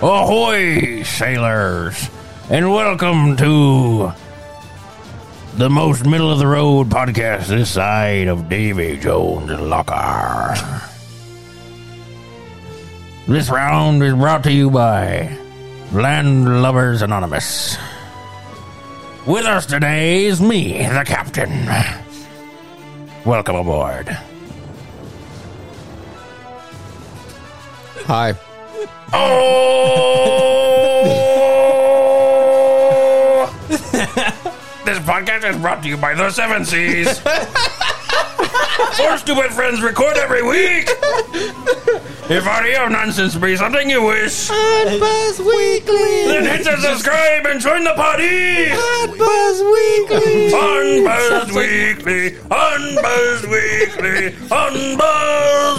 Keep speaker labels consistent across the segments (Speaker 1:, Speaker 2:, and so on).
Speaker 1: Ahoy, sailors, and welcome to the most middle of the road podcast this side of Davy Jones' locker. This round is brought to you by Landlubbers Anonymous. With us today is me, the captain. Welcome aboard.
Speaker 2: Hi.
Speaker 1: Oh! this podcast is brought to you by the Seven Seas. Four stupid friends record every week. If audio nonsense be something you wish,
Speaker 2: Hot Buzz Weekly.
Speaker 1: then hit the subscribe and join the party.
Speaker 2: Hot Buzz Weekly.
Speaker 1: On Buzz Weekly, on Buzz Weekly, on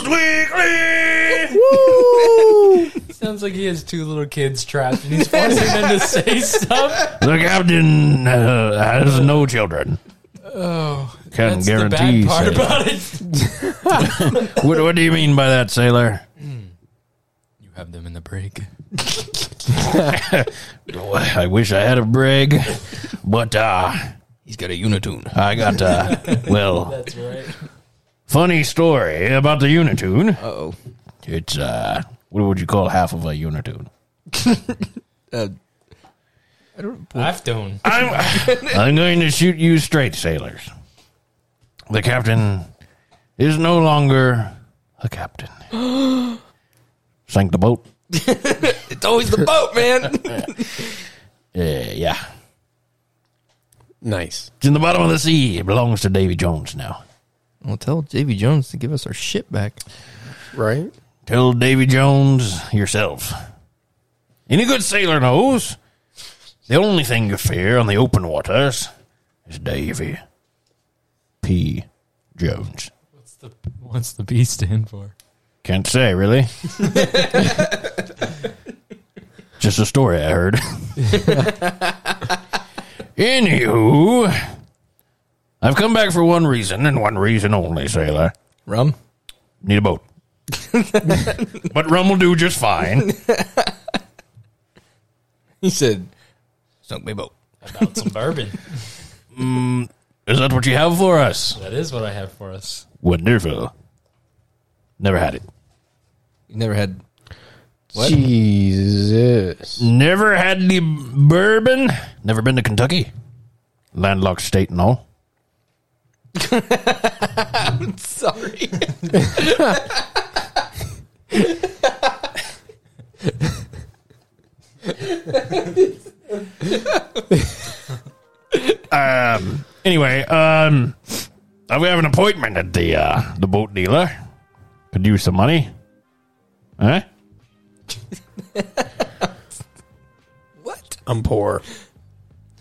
Speaker 1: Buzz Weekly.
Speaker 3: Sounds like he has two little kids trapped and he's forcing them to say stuff.
Speaker 1: The captain uh, has no children.
Speaker 3: Oh,
Speaker 1: Can
Speaker 3: that's the
Speaker 1: guarantee
Speaker 3: bad part
Speaker 1: sailor.
Speaker 3: about it.
Speaker 1: What, what do you mean by that, sailor?
Speaker 3: You have them in the break.
Speaker 1: I wish I had a brig, but uh,
Speaker 3: He's got a unitune.
Speaker 1: I got uh, well,
Speaker 3: That's right.
Speaker 1: funny story about the Unitune.
Speaker 2: Oh,
Speaker 1: It's uh, what would you call half of a Unitune?
Speaker 3: I've done.
Speaker 1: I'm, I'm going to shoot you straight, sailors. The captain is no longer a captain. Sank the boat.
Speaker 2: it's always the boat, man.
Speaker 1: Yeah, yeah.
Speaker 2: nice.
Speaker 1: It's in the bottom of the sea. It belongs to Davy Jones now.
Speaker 4: Well, tell Davy Jones to give us our shit back.
Speaker 2: Right?
Speaker 1: Tell Davy Jones yourself. Any good sailor knows the only thing you fear on the open waters is Davy P. Jones.
Speaker 3: What's the what's the B stand for?
Speaker 1: Can't say, really. Just a story I heard. Anywho, I've come back for one reason and one reason only, sailor.
Speaker 4: Rum?
Speaker 1: Need a boat. but rum will do just fine.
Speaker 2: He said,
Speaker 4: Sunk me boat.
Speaker 3: About some bourbon.
Speaker 1: Is that what you have for us?
Speaker 3: That is what I have for us.
Speaker 1: Wonderful. Never had it.
Speaker 4: You never had.
Speaker 2: Jesus.
Speaker 1: Never had the bourbon. Never been to Kentucky. Landlocked state and all.
Speaker 2: Sorry.
Speaker 1: Anyway, um, I have an appointment at the uh, the boat dealer. Could use some money. Huh?
Speaker 2: What? I'm poor.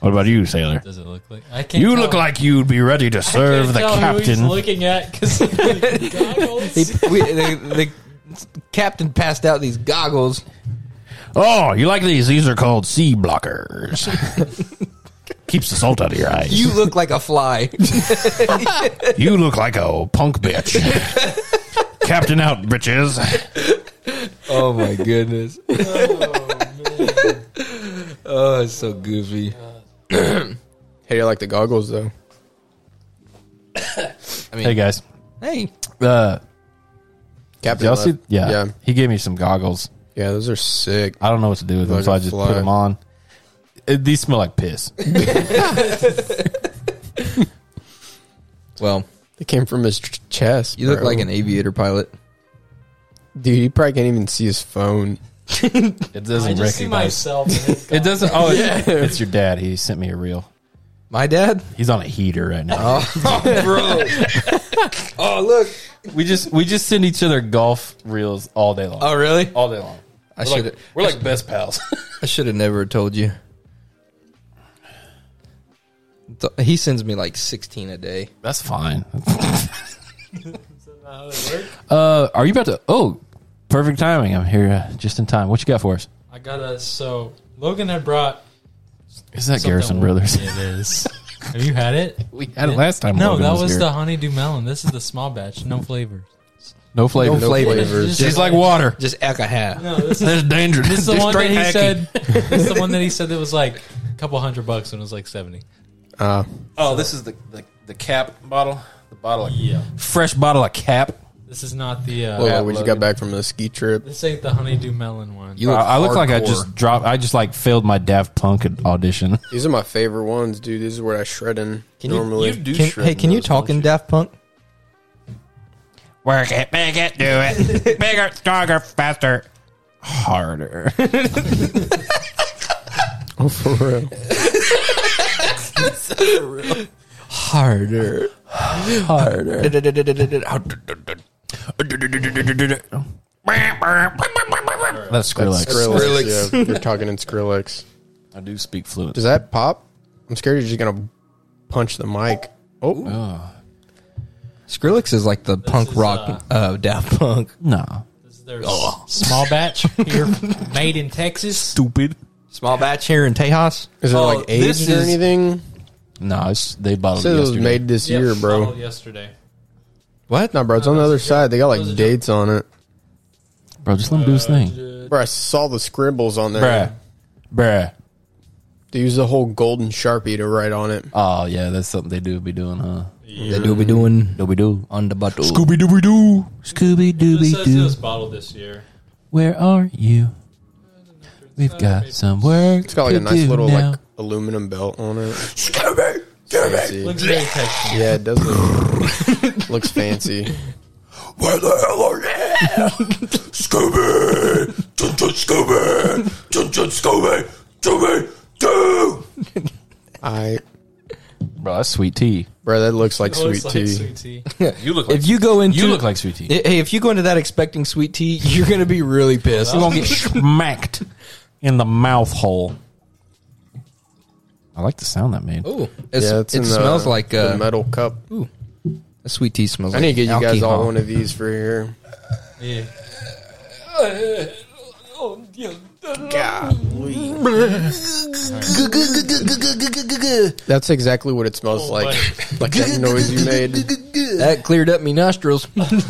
Speaker 1: What about you, sailor?
Speaker 3: Does it look like I can't?
Speaker 1: You
Speaker 3: tell.
Speaker 1: look like you'd be ready to
Speaker 3: I can't
Speaker 1: serve the
Speaker 3: tell who he's
Speaker 1: captain.
Speaker 3: looking at because
Speaker 4: He,
Speaker 3: goggles.
Speaker 4: we, the, the captain passed out these goggles.
Speaker 1: Oh, you like these? These are called sea blockers. Keeps the salt out of your eyes.
Speaker 4: You look like a fly.
Speaker 1: You look like a punk bitch. Captain out, bitches.
Speaker 4: oh my goodness.
Speaker 3: Oh, man.
Speaker 4: Oh, it's so goofy.
Speaker 2: Hey, I like the goggles, though.
Speaker 5: Hey guys,
Speaker 4: Hey,
Speaker 5: uh,
Speaker 2: Captain.
Speaker 5: y'all
Speaker 2: Left.
Speaker 5: see? Yeah,
Speaker 2: Yeah.
Speaker 5: he gave me some goggles.
Speaker 2: Yeah, those are sick.
Speaker 5: I don't know what to do with them,
Speaker 2: Like
Speaker 5: so
Speaker 2: a
Speaker 5: I just
Speaker 2: fly.
Speaker 5: put them on. Uh, these smell like piss.
Speaker 4: well,
Speaker 2: They came from his ch- chest.
Speaker 4: you look
Speaker 2: bro.
Speaker 4: like an aviator pilot.
Speaker 2: Dude, he probably can't even see his phone.
Speaker 5: It
Speaker 3: I
Speaker 5: doesn't
Speaker 3: just see
Speaker 5: recognize.
Speaker 3: myself. in his
Speaker 5: It
Speaker 3: goggles.
Speaker 5: doesn't. Oh, it's, it's your dad. He sent me a reel.
Speaker 4: My dad?
Speaker 5: He's on a heater right now.
Speaker 4: Bro. oh, look.
Speaker 5: We just we just send each other golf reels all day long.
Speaker 4: Oh, really?
Speaker 5: all day long.
Speaker 4: I
Speaker 5: We're like,
Speaker 4: should have
Speaker 5: we're like best pals.
Speaker 4: I should have never told you. Th- He sends me like 16 a day.
Speaker 5: That's fine.
Speaker 3: Isn't that how they work?
Speaker 5: Uh, are you about to? Oh, perfect timing. I'm here uh, just in time. What you got for us?
Speaker 3: I got a so Logan had brought
Speaker 5: Is that
Speaker 3: something-
Speaker 5: Garrison Brothers?
Speaker 3: It is. Have you had it?
Speaker 5: we had it last time.
Speaker 3: No,
Speaker 5: Logan
Speaker 3: that was
Speaker 5: here.
Speaker 3: the honeydew melon. This is the small batch, no flavor.
Speaker 1: No flavor.
Speaker 4: No flavor.
Speaker 2: flavors.
Speaker 1: She's like water.
Speaker 4: Just alcohol.
Speaker 3: No, this is
Speaker 1: There's danger.
Speaker 3: this is the
Speaker 1: There's
Speaker 3: one that
Speaker 1: straight
Speaker 3: he
Speaker 1: hacking.
Speaker 3: said. This is the one that he said that was like a couple hundred bucks when it was like seventy.
Speaker 2: Uh,
Speaker 6: Oh, this is the, the the cap bottle. The bottle. Of,
Speaker 3: Yeah,
Speaker 1: fresh bottle of cap.
Speaker 3: this is not the. Uh,
Speaker 2: well, oh, we just got back from a ski trip.
Speaker 3: this ain't the honeydew melon one.
Speaker 2: You look
Speaker 1: I I look like I
Speaker 2: hardcore.
Speaker 1: just dropped. I just like failed my Daft Punk audition.
Speaker 2: These are my favorite ones, dude. These are where I shred in
Speaker 4: you-
Speaker 2: normally.
Speaker 6: you do.
Speaker 4: Can,
Speaker 6: shred
Speaker 4: hey, can you
Speaker 6: those,
Speaker 4: talk
Speaker 6: don't
Speaker 4: in
Speaker 6: you?
Speaker 4: Daft Punk?
Speaker 1: Work it, make it, do it. Bigger, stronger, faster, harder.
Speaker 2: oh, for real.
Speaker 4: Harder. Harder.
Speaker 1: That's Skrillex.
Speaker 2: Skrillex. Yeah, you're talking in Skrillex.
Speaker 1: I do speak fluent.
Speaker 2: Does that pop? I'm scared you're just gonna punch the mic. Oh,
Speaker 4: Skrillex is like the punk
Speaker 3: is,
Speaker 4: rock uh, Daft Punk.
Speaker 1: no.
Speaker 3: This is their
Speaker 2: oh.
Speaker 3: small batch here, made in Texas.
Speaker 1: Stupid.
Speaker 4: Small batch here in Tejas.
Speaker 2: is it
Speaker 6: Oh,
Speaker 2: like
Speaker 6: this
Speaker 2: aged or
Speaker 6: is-
Speaker 2: anything?
Speaker 1: No, it's, they bottled
Speaker 2: It says
Speaker 1: it
Speaker 2: it was
Speaker 1: yesterday.
Speaker 2: made this year,
Speaker 3: Yep,
Speaker 2: bro.
Speaker 3: bottled Yesterday.
Speaker 2: What? Nah, bro. It's on the other side. They got like dates on it.
Speaker 1: Bro, Uh, just let him do his thing.
Speaker 2: Bro, I saw the scribbles on there.
Speaker 1: Bruh. Bruh.
Speaker 2: They use the whole golden sharpie to write on it.
Speaker 1: Oh, yeah, that's something they do be doing, huh?
Speaker 4: They do be doing
Speaker 1: Dooby doo.
Speaker 4: on the bottle.
Speaker 1: Scooby dooby doo. Scooby
Speaker 3: This
Speaker 1: dooby
Speaker 3: says it
Speaker 1: doo.
Speaker 3: was bottled this year.
Speaker 1: Where are you? We've got some work.
Speaker 2: It's got like
Speaker 1: to
Speaker 2: a nice
Speaker 1: do
Speaker 2: little
Speaker 1: now.
Speaker 2: like aluminum belt on it.
Speaker 4: Scooby.
Speaker 2: Fancy.
Speaker 3: Looks very Texas.
Speaker 2: Yeah, it does look looks fancy.
Speaker 4: Where the hell are you? Scooby. Chun chun Scooby. Chun chun Scooby. Scooby. Do.
Speaker 2: I
Speaker 1: Bro, that's sweet tea.
Speaker 2: bro, that looks like
Speaker 3: It
Speaker 2: sweet
Speaker 3: looks like
Speaker 2: tea.
Speaker 3: sweet tea.
Speaker 6: You look. Like,
Speaker 4: If you go into
Speaker 1: You look like sweet tea.
Speaker 4: Hey, if you go into that expecting sweet tea, you're gonna be really pissed.
Speaker 1: You're gonna get smacked in the mouth hole. I like the sound that made.
Speaker 4: Ooh, it's,
Speaker 2: Yeah, it's
Speaker 4: it
Speaker 2: in the-
Speaker 4: smells like
Speaker 2: the
Speaker 4: uh,
Speaker 2: metal cup.
Speaker 4: a sweet tea smells.
Speaker 2: I
Speaker 4: like
Speaker 2: need to get you guys all
Speaker 4: alcohol.
Speaker 2: one of these for here.
Speaker 3: Yeah.
Speaker 2: That's exactly what it smells like. Like that noise you made.
Speaker 4: That cleared up me nostrils.
Speaker 3: Nostrils.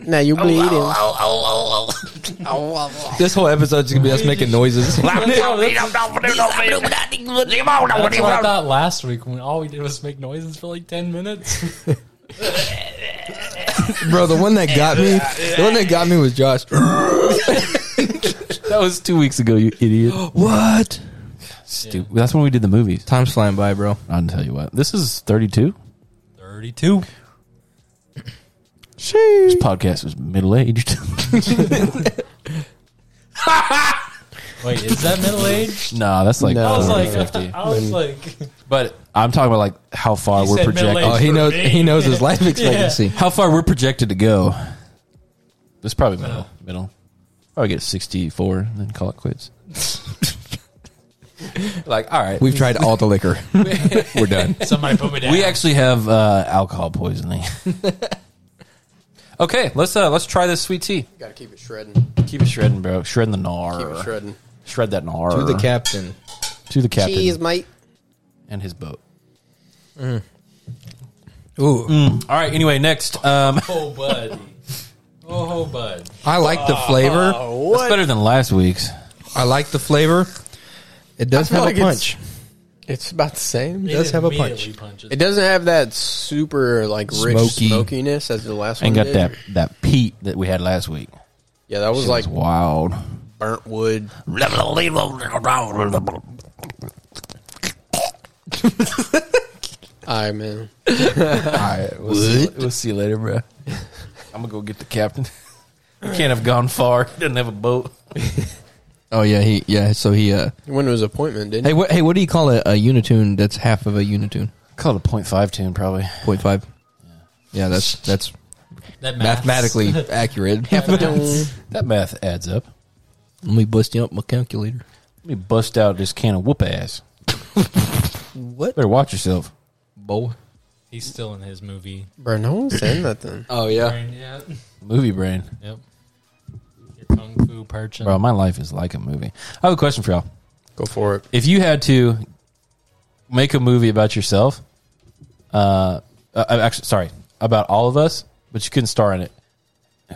Speaker 2: Now you're
Speaker 1: Oh,
Speaker 2: bleeding.
Speaker 4: this whole episode's gonna be us making noises.
Speaker 3: That's what I thought last week when all we did was make noises for like 10 minutes.
Speaker 4: Bro, the one that got me, the one that got me was Josh.
Speaker 1: That was two weeks ago, you idiot.
Speaker 4: what?
Speaker 1: Stupid. That's when we did the movies.
Speaker 4: Time's flying by, bro.
Speaker 1: I'll tell you what. This is 32.
Speaker 3: 32.
Speaker 1: This podcast is middle aged.
Speaker 3: Wait, is that middle age?
Speaker 1: nah, that's like,
Speaker 2: No.
Speaker 3: I was
Speaker 1: 40,
Speaker 3: like,
Speaker 1: 50.
Speaker 3: I was like,
Speaker 1: But I'm talking about like how far
Speaker 3: You
Speaker 1: we're
Speaker 3: said middle
Speaker 1: projected.
Speaker 4: Oh, he
Speaker 3: For
Speaker 4: knows.
Speaker 3: me.
Speaker 4: He knows his life expectancy.
Speaker 1: How far we're projected to go. It's probably middle. Middle. Probably get 64 and then call it quits. like, all right.
Speaker 4: We've tried all the liquor. We're done.
Speaker 3: somebody put me down.
Speaker 1: We actually have uh, alcohol poisoning. okay, let's uh, let's try this sweet tea.
Speaker 2: Gotta keep it shredding.
Speaker 1: Keep it shredding, bro. Shredding the
Speaker 2: Keep it
Speaker 1: gnar.
Speaker 2: shredding.
Speaker 1: Shred that gnar.
Speaker 4: To the captain.
Speaker 1: To the captain
Speaker 2: mate.
Speaker 1: and his boat.
Speaker 4: Ooh,
Speaker 1: All right. Anyway, next. Um,
Speaker 3: Oh, buddy. Oh, bud.
Speaker 4: I like the flavor.
Speaker 1: that's better than last week's.
Speaker 4: I like the flavor. It does
Speaker 2: I feel
Speaker 4: have
Speaker 2: like
Speaker 4: a
Speaker 2: it's-
Speaker 4: punch.
Speaker 2: It's about the same.
Speaker 3: It
Speaker 4: does have a
Speaker 3: immediately punches.
Speaker 2: It doesn't have that super like rich
Speaker 4: Smoky.
Speaker 2: smokiness as the last
Speaker 1: Ain't
Speaker 2: one.
Speaker 1: got
Speaker 2: did.
Speaker 1: that that peat that we had last week.
Speaker 2: Yeah, that was like
Speaker 1: It's wild.
Speaker 2: burnt wood. I man.
Speaker 1: All right, we'll see, we'll see you later, bro. I'm gonna go get the captain. He can't have gone far. He doesn't have a boat.
Speaker 4: Oh yeah, he yeah. So he uh.
Speaker 2: He went to his appointment, didn't
Speaker 4: Hey, what hey, what do you call a, a unitune that's half of a unitune?
Speaker 1: Call it a .5 tune, probably.
Speaker 4: Point five. Yeah, that's that's
Speaker 3: that math.
Speaker 4: mathematically accurate.
Speaker 2: he?
Speaker 1: That math adds up.
Speaker 4: Let me bust you up my calculator.
Speaker 1: Let me bust out this can of whoop ass.
Speaker 4: What?
Speaker 1: Better watch yourself.
Speaker 4: Boy.
Speaker 3: He's still in his movie.
Speaker 2: Bro, no one's saying nothing.
Speaker 4: Oh yeah.
Speaker 3: Brain yet.
Speaker 1: Movie brain,
Speaker 3: Yep. Your kung fu perching.
Speaker 1: bro. My life is like a movie. I have a question for y'all.
Speaker 2: Go for it.
Speaker 1: if you had to make a movie about yourself, uh, uh, actually, sorry, about all of us, but you couldn't star in it.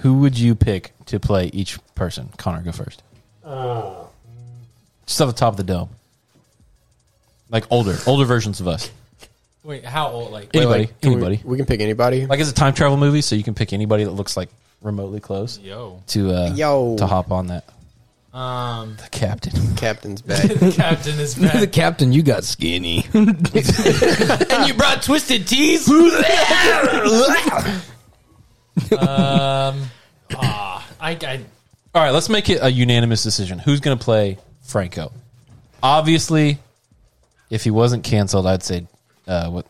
Speaker 1: Who would you pick to play each person? Connor, go first. Just off the top of the dome, like older, older versions of us.
Speaker 3: Wait, how old? Like,
Speaker 1: Anybody,
Speaker 2: Can we-
Speaker 1: anybody.
Speaker 2: We, can pick anybody.
Speaker 1: Like it's a time travel movie, so you can pick anybody that looks like remotely close
Speaker 3: yo,
Speaker 1: to uh,
Speaker 2: Yo.
Speaker 1: to hop on that.
Speaker 3: um,
Speaker 1: The captain.
Speaker 2: Captain's back.
Speaker 3: the captain is
Speaker 4: the
Speaker 3: back.
Speaker 4: captain, you got skinny.
Speaker 1: and you brought twisted teas.
Speaker 3: um, ah, I, I,
Speaker 1: All right, let's make it a unanimous decision. Who's going to play Franco? Obviously, if he wasn't canceled, I'd say uh, what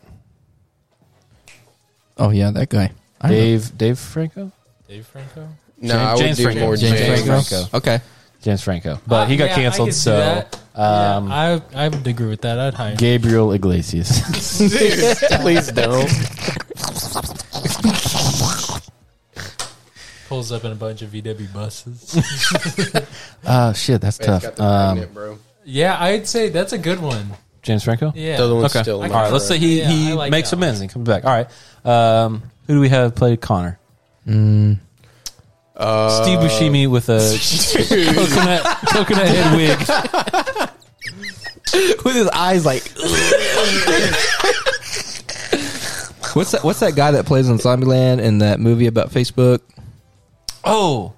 Speaker 4: oh yeah, that guy. I don't know.
Speaker 1: Dave Dave Franco,
Speaker 3: Dave Franco.
Speaker 2: No, I would
Speaker 1: James
Speaker 2: do
Speaker 1: Franco.
Speaker 2: more
Speaker 4: James,
Speaker 2: James,
Speaker 4: Franco.
Speaker 1: Franco.
Speaker 4: Okay.
Speaker 1: James Franco,
Speaker 3: Uh,
Speaker 1: but he got canceled. So
Speaker 3: um, I, I would agree with that. I'd hire.
Speaker 1: Gabriel Iglesias.
Speaker 2: Please don't.
Speaker 3: pulls up in a bunch of VW buses.
Speaker 1: uh, shit, that's tough. Um,
Speaker 2: bro.
Speaker 3: yeah, I'd say that's a good one.
Speaker 1: James Franco.
Speaker 3: Yeah,
Speaker 2: The other one's
Speaker 1: Okay.
Speaker 2: still.
Speaker 1: All right, let's say he,
Speaker 3: Yeah,
Speaker 1: he
Speaker 3: I like
Speaker 1: makes
Speaker 3: that
Speaker 1: amends and comes back. All right, um, who do we have play Connor?
Speaker 2: Mm. Uh,
Speaker 1: Steve Buscemi with a coconut coconut head wig.
Speaker 4: With his eyes like. what's that? What's that guy that plays on Zombieland in that movie about Facebook?
Speaker 1: Oh,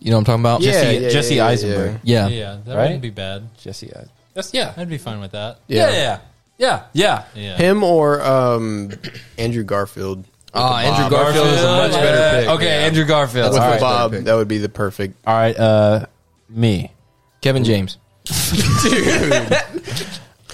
Speaker 4: You know what I'm talking about?
Speaker 2: Yeah,
Speaker 1: Jesse,
Speaker 2: yeah,
Speaker 1: Jesse
Speaker 2: yeah, yeah,
Speaker 1: Eisenberg.
Speaker 4: Yeah.
Speaker 2: yeah.
Speaker 3: yeah, that
Speaker 1: Right?
Speaker 3: wouldn't be bad.
Speaker 1: Jesse Eisenberg. That's yeah.
Speaker 3: I'd be fine with that.
Speaker 1: Yeah. Yeah. Yeah. Yeah.
Speaker 3: Yeah,
Speaker 2: Him or um, Andrew Garfield.
Speaker 4: Oh, Andrew Garfield is a
Speaker 1: Garfield.
Speaker 4: much better pick.
Speaker 1: Okay, Andrew Garfield.
Speaker 2: With
Speaker 1: All right.
Speaker 2: Bob, that would be the perfect.
Speaker 1: All right, uh me.
Speaker 4: Kevin James.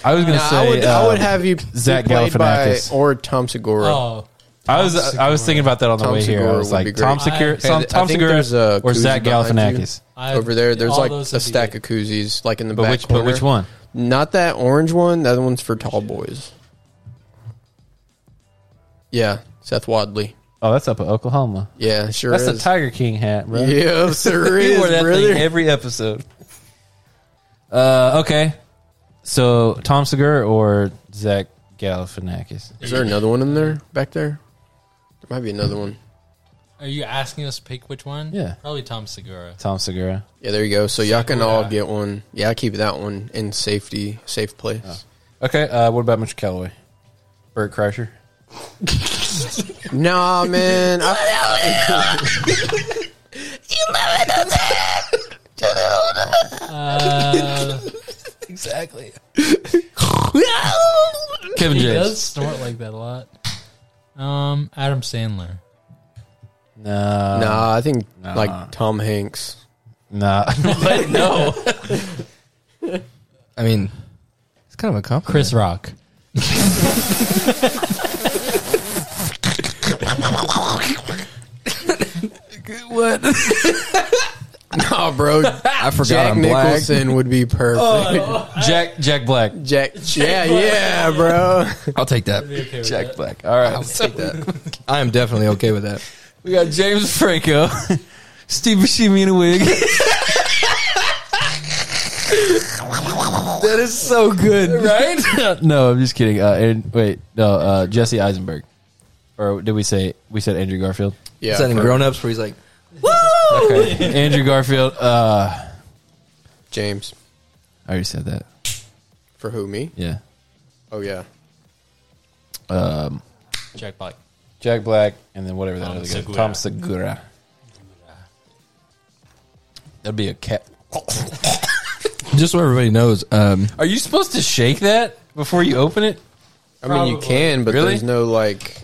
Speaker 1: I was going to
Speaker 2: Nah,
Speaker 1: say
Speaker 2: I would, I would
Speaker 1: uh,
Speaker 2: have you
Speaker 1: Zach
Speaker 2: be played by
Speaker 1: Galifianakis.
Speaker 2: or Tom Segura.
Speaker 3: Oh,
Speaker 1: I was I was thinking about that on the
Speaker 2: Tom
Speaker 1: way here.
Speaker 2: Segura
Speaker 1: I was
Speaker 2: would be
Speaker 1: like
Speaker 2: great.
Speaker 1: Tom Segura,
Speaker 3: I-
Speaker 1: Tom,
Speaker 2: I
Speaker 1: Tom
Speaker 2: think
Speaker 1: Segura
Speaker 2: there's a
Speaker 1: or
Speaker 2: koozie
Speaker 1: Zach
Speaker 2: behind you.
Speaker 1: Galifianakis.
Speaker 3: I,
Speaker 2: Over there, there's
Speaker 3: all
Speaker 2: like
Speaker 3: those
Speaker 2: a
Speaker 3: would be
Speaker 2: stack
Speaker 3: good.
Speaker 2: of koozies, like in the
Speaker 1: But
Speaker 2: back
Speaker 1: which
Speaker 2: corner.
Speaker 1: but which one?
Speaker 2: Not that orange one. The other one's for tall boys. Yeah, Seth Wadley.
Speaker 1: Oh, that's up at Oklahoma.
Speaker 2: Yeah, sure
Speaker 1: That's the
Speaker 2: is.
Speaker 1: Tiger King hat, bro.
Speaker 2: Yeah, sure
Speaker 1: He
Speaker 2: is,
Speaker 1: wore that
Speaker 2: brother.
Speaker 1: thing every episode. Uh okay. So Tom Segura or Zach Galifianakis?
Speaker 2: Is there another one in there back there? There might be another one.
Speaker 3: Are you asking us to pick which one?
Speaker 1: Yeah.
Speaker 3: probably Tom Segura.
Speaker 1: Tom Segura.
Speaker 2: Yeah, there you go. So y'all can all
Speaker 3: Sakura.
Speaker 2: get one. Yeah, I keep that one in safety, safe place.
Speaker 1: Okay, uh, what about Mr. Calloway? Bert Kreischer.
Speaker 4: Oh.
Speaker 2: Nah, man. I,
Speaker 3: Uh,
Speaker 1: Kevin
Speaker 3: he
Speaker 1: James.
Speaker 3: does snort like that a lot. Um, Adam Sandler.
Speaker 1: No.
Speaker 2: nah, I think like Tom Hanks.
Speaker 1: Nah.
Speaker 4: I mean, it's kind of a compliment.
Speaker 3: Chris Rock.
Speaker 2: Nah, bro.
Speaker 4: I forgot
Speaker 2: Jack
Speaker 4: I'm black.
Speaker 2: Nicholson would be perfect.
Speaker 1: Jack Jack Black.
Speaker 2: Jack, yeah, yeah, bro.
Speaker 4: I'll take that.
Speaker 3: okay with
Speaker 4: Jack
Speaker 3: that.
Speaker 4: Black. All right, I'll take that. I am definitely okay with that.
Speaker 1: We got James Franco. Steve Buscemi in a wig.
Speaker 4: That is so good.
Speaker 1: right? no, I'm just kidding. Uh, and, wait, no, uh, Jesse Eisenberg. Or did we say we said Andrew Garfield?
Speaker 2: Yeah,
Speaker 4: Sending
Speaker 2: for
Speaker 4: grown ups where he's like,
Speaker 1: Okay. Andrew Garfield. Uh,
Speaker 2: James.
Speaker 1: I already said that.
Speaker 2: For who? Me?
Speaker 1: Yeah.
Speaker 2: Oh yeah.
Speaker 3: Jack Black.
Speaker 1: Jack Black, and then whatever that
Speaker 3: Tom
Speaker 1: other guy.
Speaker 3: Segura.
Speaker 1: Tom Segura. That'd be a cat.
Speaker 4: just so everybody knows, um,
Speaker 1: Are you supposed to shake that before you open it?
Speaker 2: I mean, you
Speaker 3: Probably.
Speaker 2: can, but
Speaker 1: Really?
Speaker 2: there's no like.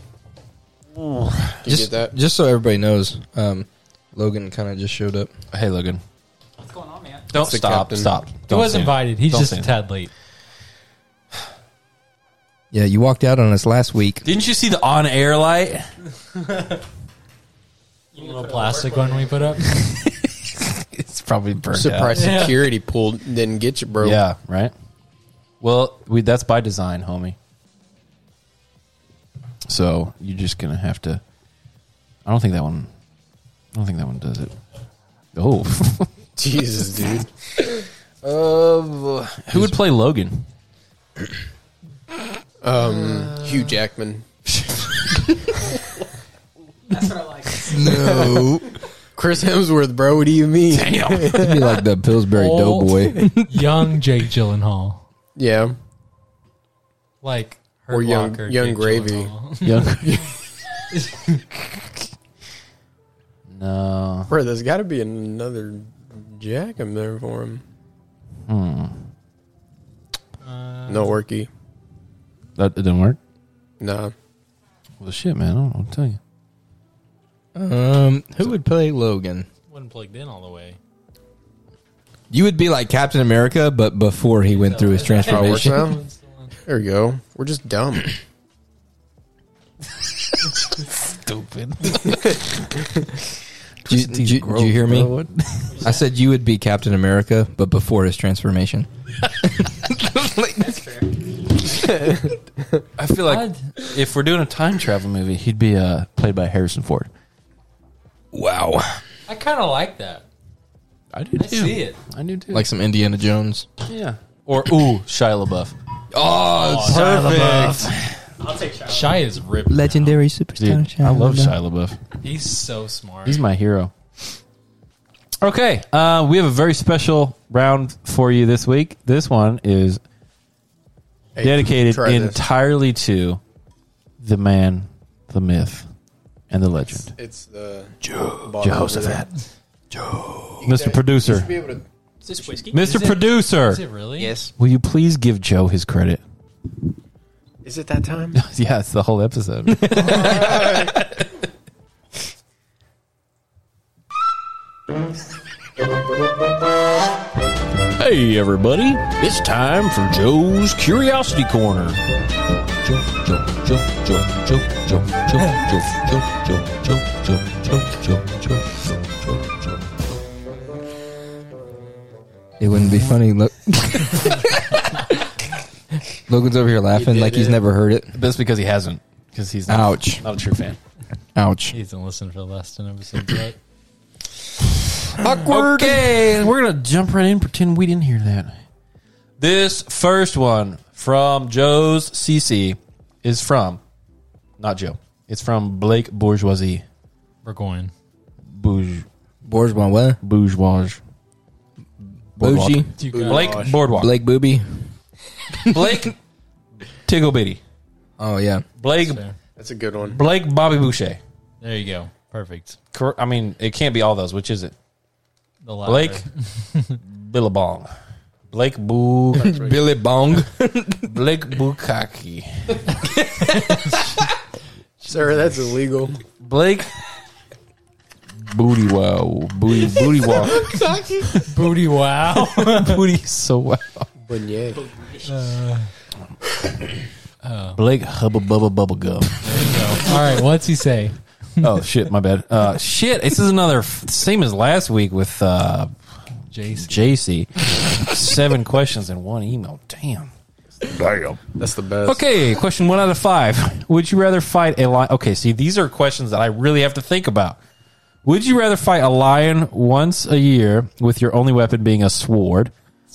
Speaker 2: You
Speaker 4: just
Speaker 2: get that?
Speaker 4: just so everybody knows, um, Logan kind of just showed up.
Speaker 1: Hey, Logan.
Speaker 7: What's going on, man?
Speaker 1: Don't
Speaker 2: the
Speaker 1: stop.
Speaker 2: captain.
Speaker 1: Stop.
Speaker 3: He
Speaker 1: Don't
Speaker 3: was
Speaker 1: say it.
Speaker 3: invited. He's
Speaker 1: Don't
Speaker 3: just
Speaker 1: say
Speaker 3: a
Speaker 1: it.
Speaker 3: tad late.
Speaker 4: Yeah, you walked out on us last week.
Speaker 1: Didn't you see the on air light?
Speaker 3: little plastic one we put up.
Speaker 1: It's probably burned
Speaker 2: Surprise!
Speaker 3: Yeah.
Speaker 2: Security pulled, didn't get you, bro.
Speaker 1: out. Yeah, right. Well, we that's by design, homie. So you're just gonna have to. I don't think that one. I don't think that one does it. Oh,
Speaker 2: Jesus, dude.
Speaker 1: who would play Logan?
Speaker 2: Hugh Jackman.
Speaker 8: That's what I like.
Speaker 2: No. Chris Hemsworth, bro. What do you mean?
Speaker 4: It'd be like the Pillsbury
Speaker 3: Old.
Speaker 4: Doughboy.
Speaker 3: young Jake Gyllenhaal,
Speaker 2: Yeah.
Speaker 3: like Hurt
Speaker 2: Or young-
Speaker 3: Locker
Speaker 2: young
Speaker 3: Jake
Speaker 2: gravy.
Speaker 3: Gyllenhaal.
Speaker 1: no.
Speaker 2: Bro, there's got to be another Jack in there for him. Hmm. No worky.
Speaker 1: That it didn't work?
Speaker 2: Nah.
Speaker 1: Well, shit, man. I don't know what to tell you.
Speaker 4: um, who would play Logan?
Speaker 3: Wasn't plugged in all the way.
Speaker 4: You would be like Captain America, but before he went through his
Speaker 2: How it works
Speaker 4: transformation.
Speaker 2: now? There we go. We're just dumb.
Speaker 1: Stupid.
Speaker 4: Did you, did you- did you hear me? I said you would be Captain America, but before his transformation.
Speaker 1: I feel like
Speaker 3: What?
Speaker 1: if we're doing a time travel movie, he'd be uh, played by Harrison Ford.
Speaker 4: Wow,
Speaker 3: I kind of like that.
Speaker 1: I do
Speaker 3: I see it.
Speaker 1: I do too.
Speaker 4: like some Indiana Jones.
Speaker 1: yeah. Or ooh, Shia LaBeouf.
Speaker 4: Oh,
Speaker 8: I'll take shots.
Speaker 3: Shia is ripped.
Speaker 4: legendary
Speaker 1: Dude,
Speaker 4: superstar.
Speaker 1: I love Shia LaBeouf.
Speaker 3: He's so smart.
Speaker 1: He's my hero. Okay, uh, we have a very special round for you this week. This one is
Speaker 2: Hey,
Speaker 1: dedicated
Speaker 2: try this.
Speaker 1: entirely to the man, the myth, and the legend,
Speaker 2: It's uh, the
Speaker 1: Jehoshaphat. Mr. Producer,
Speaker 8: Is this whiskey?
Speaker 1: Mr.
Speaker 3: it-
Speaker 1: Producer,
Speaker 3: Is it really?
Speaker 2: Yes.
Speaker 1: will you please give Joe his credit?
Speaker 2: Is it that time?
Speaker 1: yeah, it's the whole episode. hey, everybody. It's time for Joe's Curiosity Corner.
Speaker 4: It wouldn't be funny. Look, Logan's over here laughing like he's never heard it.
Speaker 1: That's because he hasn't, because he's not,
Speaker 4: Ouch!
Speaker 1: not a true fan.
Speaker 4: Ouch!
Speaker 3: He's been listening for the last ten episodes. Right?
Speaker 1: Awkward. Okay, we're going to jump right in, pretend we didn't hear that. This first one from Joe's CC is from, not Joe, it's from Blake Bourgeoisie.
Speaker 3: We're going.
Speaker 1: Bourge,
Speaker 4: Bourgeois what?
Speaker 1: bourgeois.
Speaker 4: Bougie.
Speaker 3: Do you guys-
Speaker 1: Blake Boardwalk. Blake,
Speaker 4: Blake Booby.
Speaker 1: Blake Tiggle Bitty.
Speaker 4: Oh yeah.
Speaker 1: Blake
Speaker 2: That's a good one.
Speaker 1: Blake Bobby Boucher.
Speaker 3: There you go. Perfect.
Speaker 1: Cor- I mean, it can't be all those. Which is it?
Speaker 3: The latter.
Speaker 1: Blake Billabong. Blake Boo.
Speaker 4: Billy Bong.
Speaker 1: Blake Bukaki.
Speaker 2: Sir, that's illegal.
Speaker 1: Blake Booty Wow. Booty Booty Wow.
Speaker 3: Booty. Wow.
Speaker 1: booty so wow.
Speaker 2: Beignet.
Speaker 1: Blake Hubba Bubba Bubba Gum.
Speaker 3: All right. What's he say?
Speaker 1: oh shit, my bad. Uh, shit, this is another f- same as last week with uh,
Speaker 3: Jason.
Speaker 1: JC. Seven questions in one email. Damn.
Speaker 9: Damn.
Speaker 2: That's the best.
Speaker 1: Okay, question one out of five. Would you rather fight a lion? Okay, see, these are questions that I really have to think about. Would you rather fight a lion once a year with your only weapon being a sword,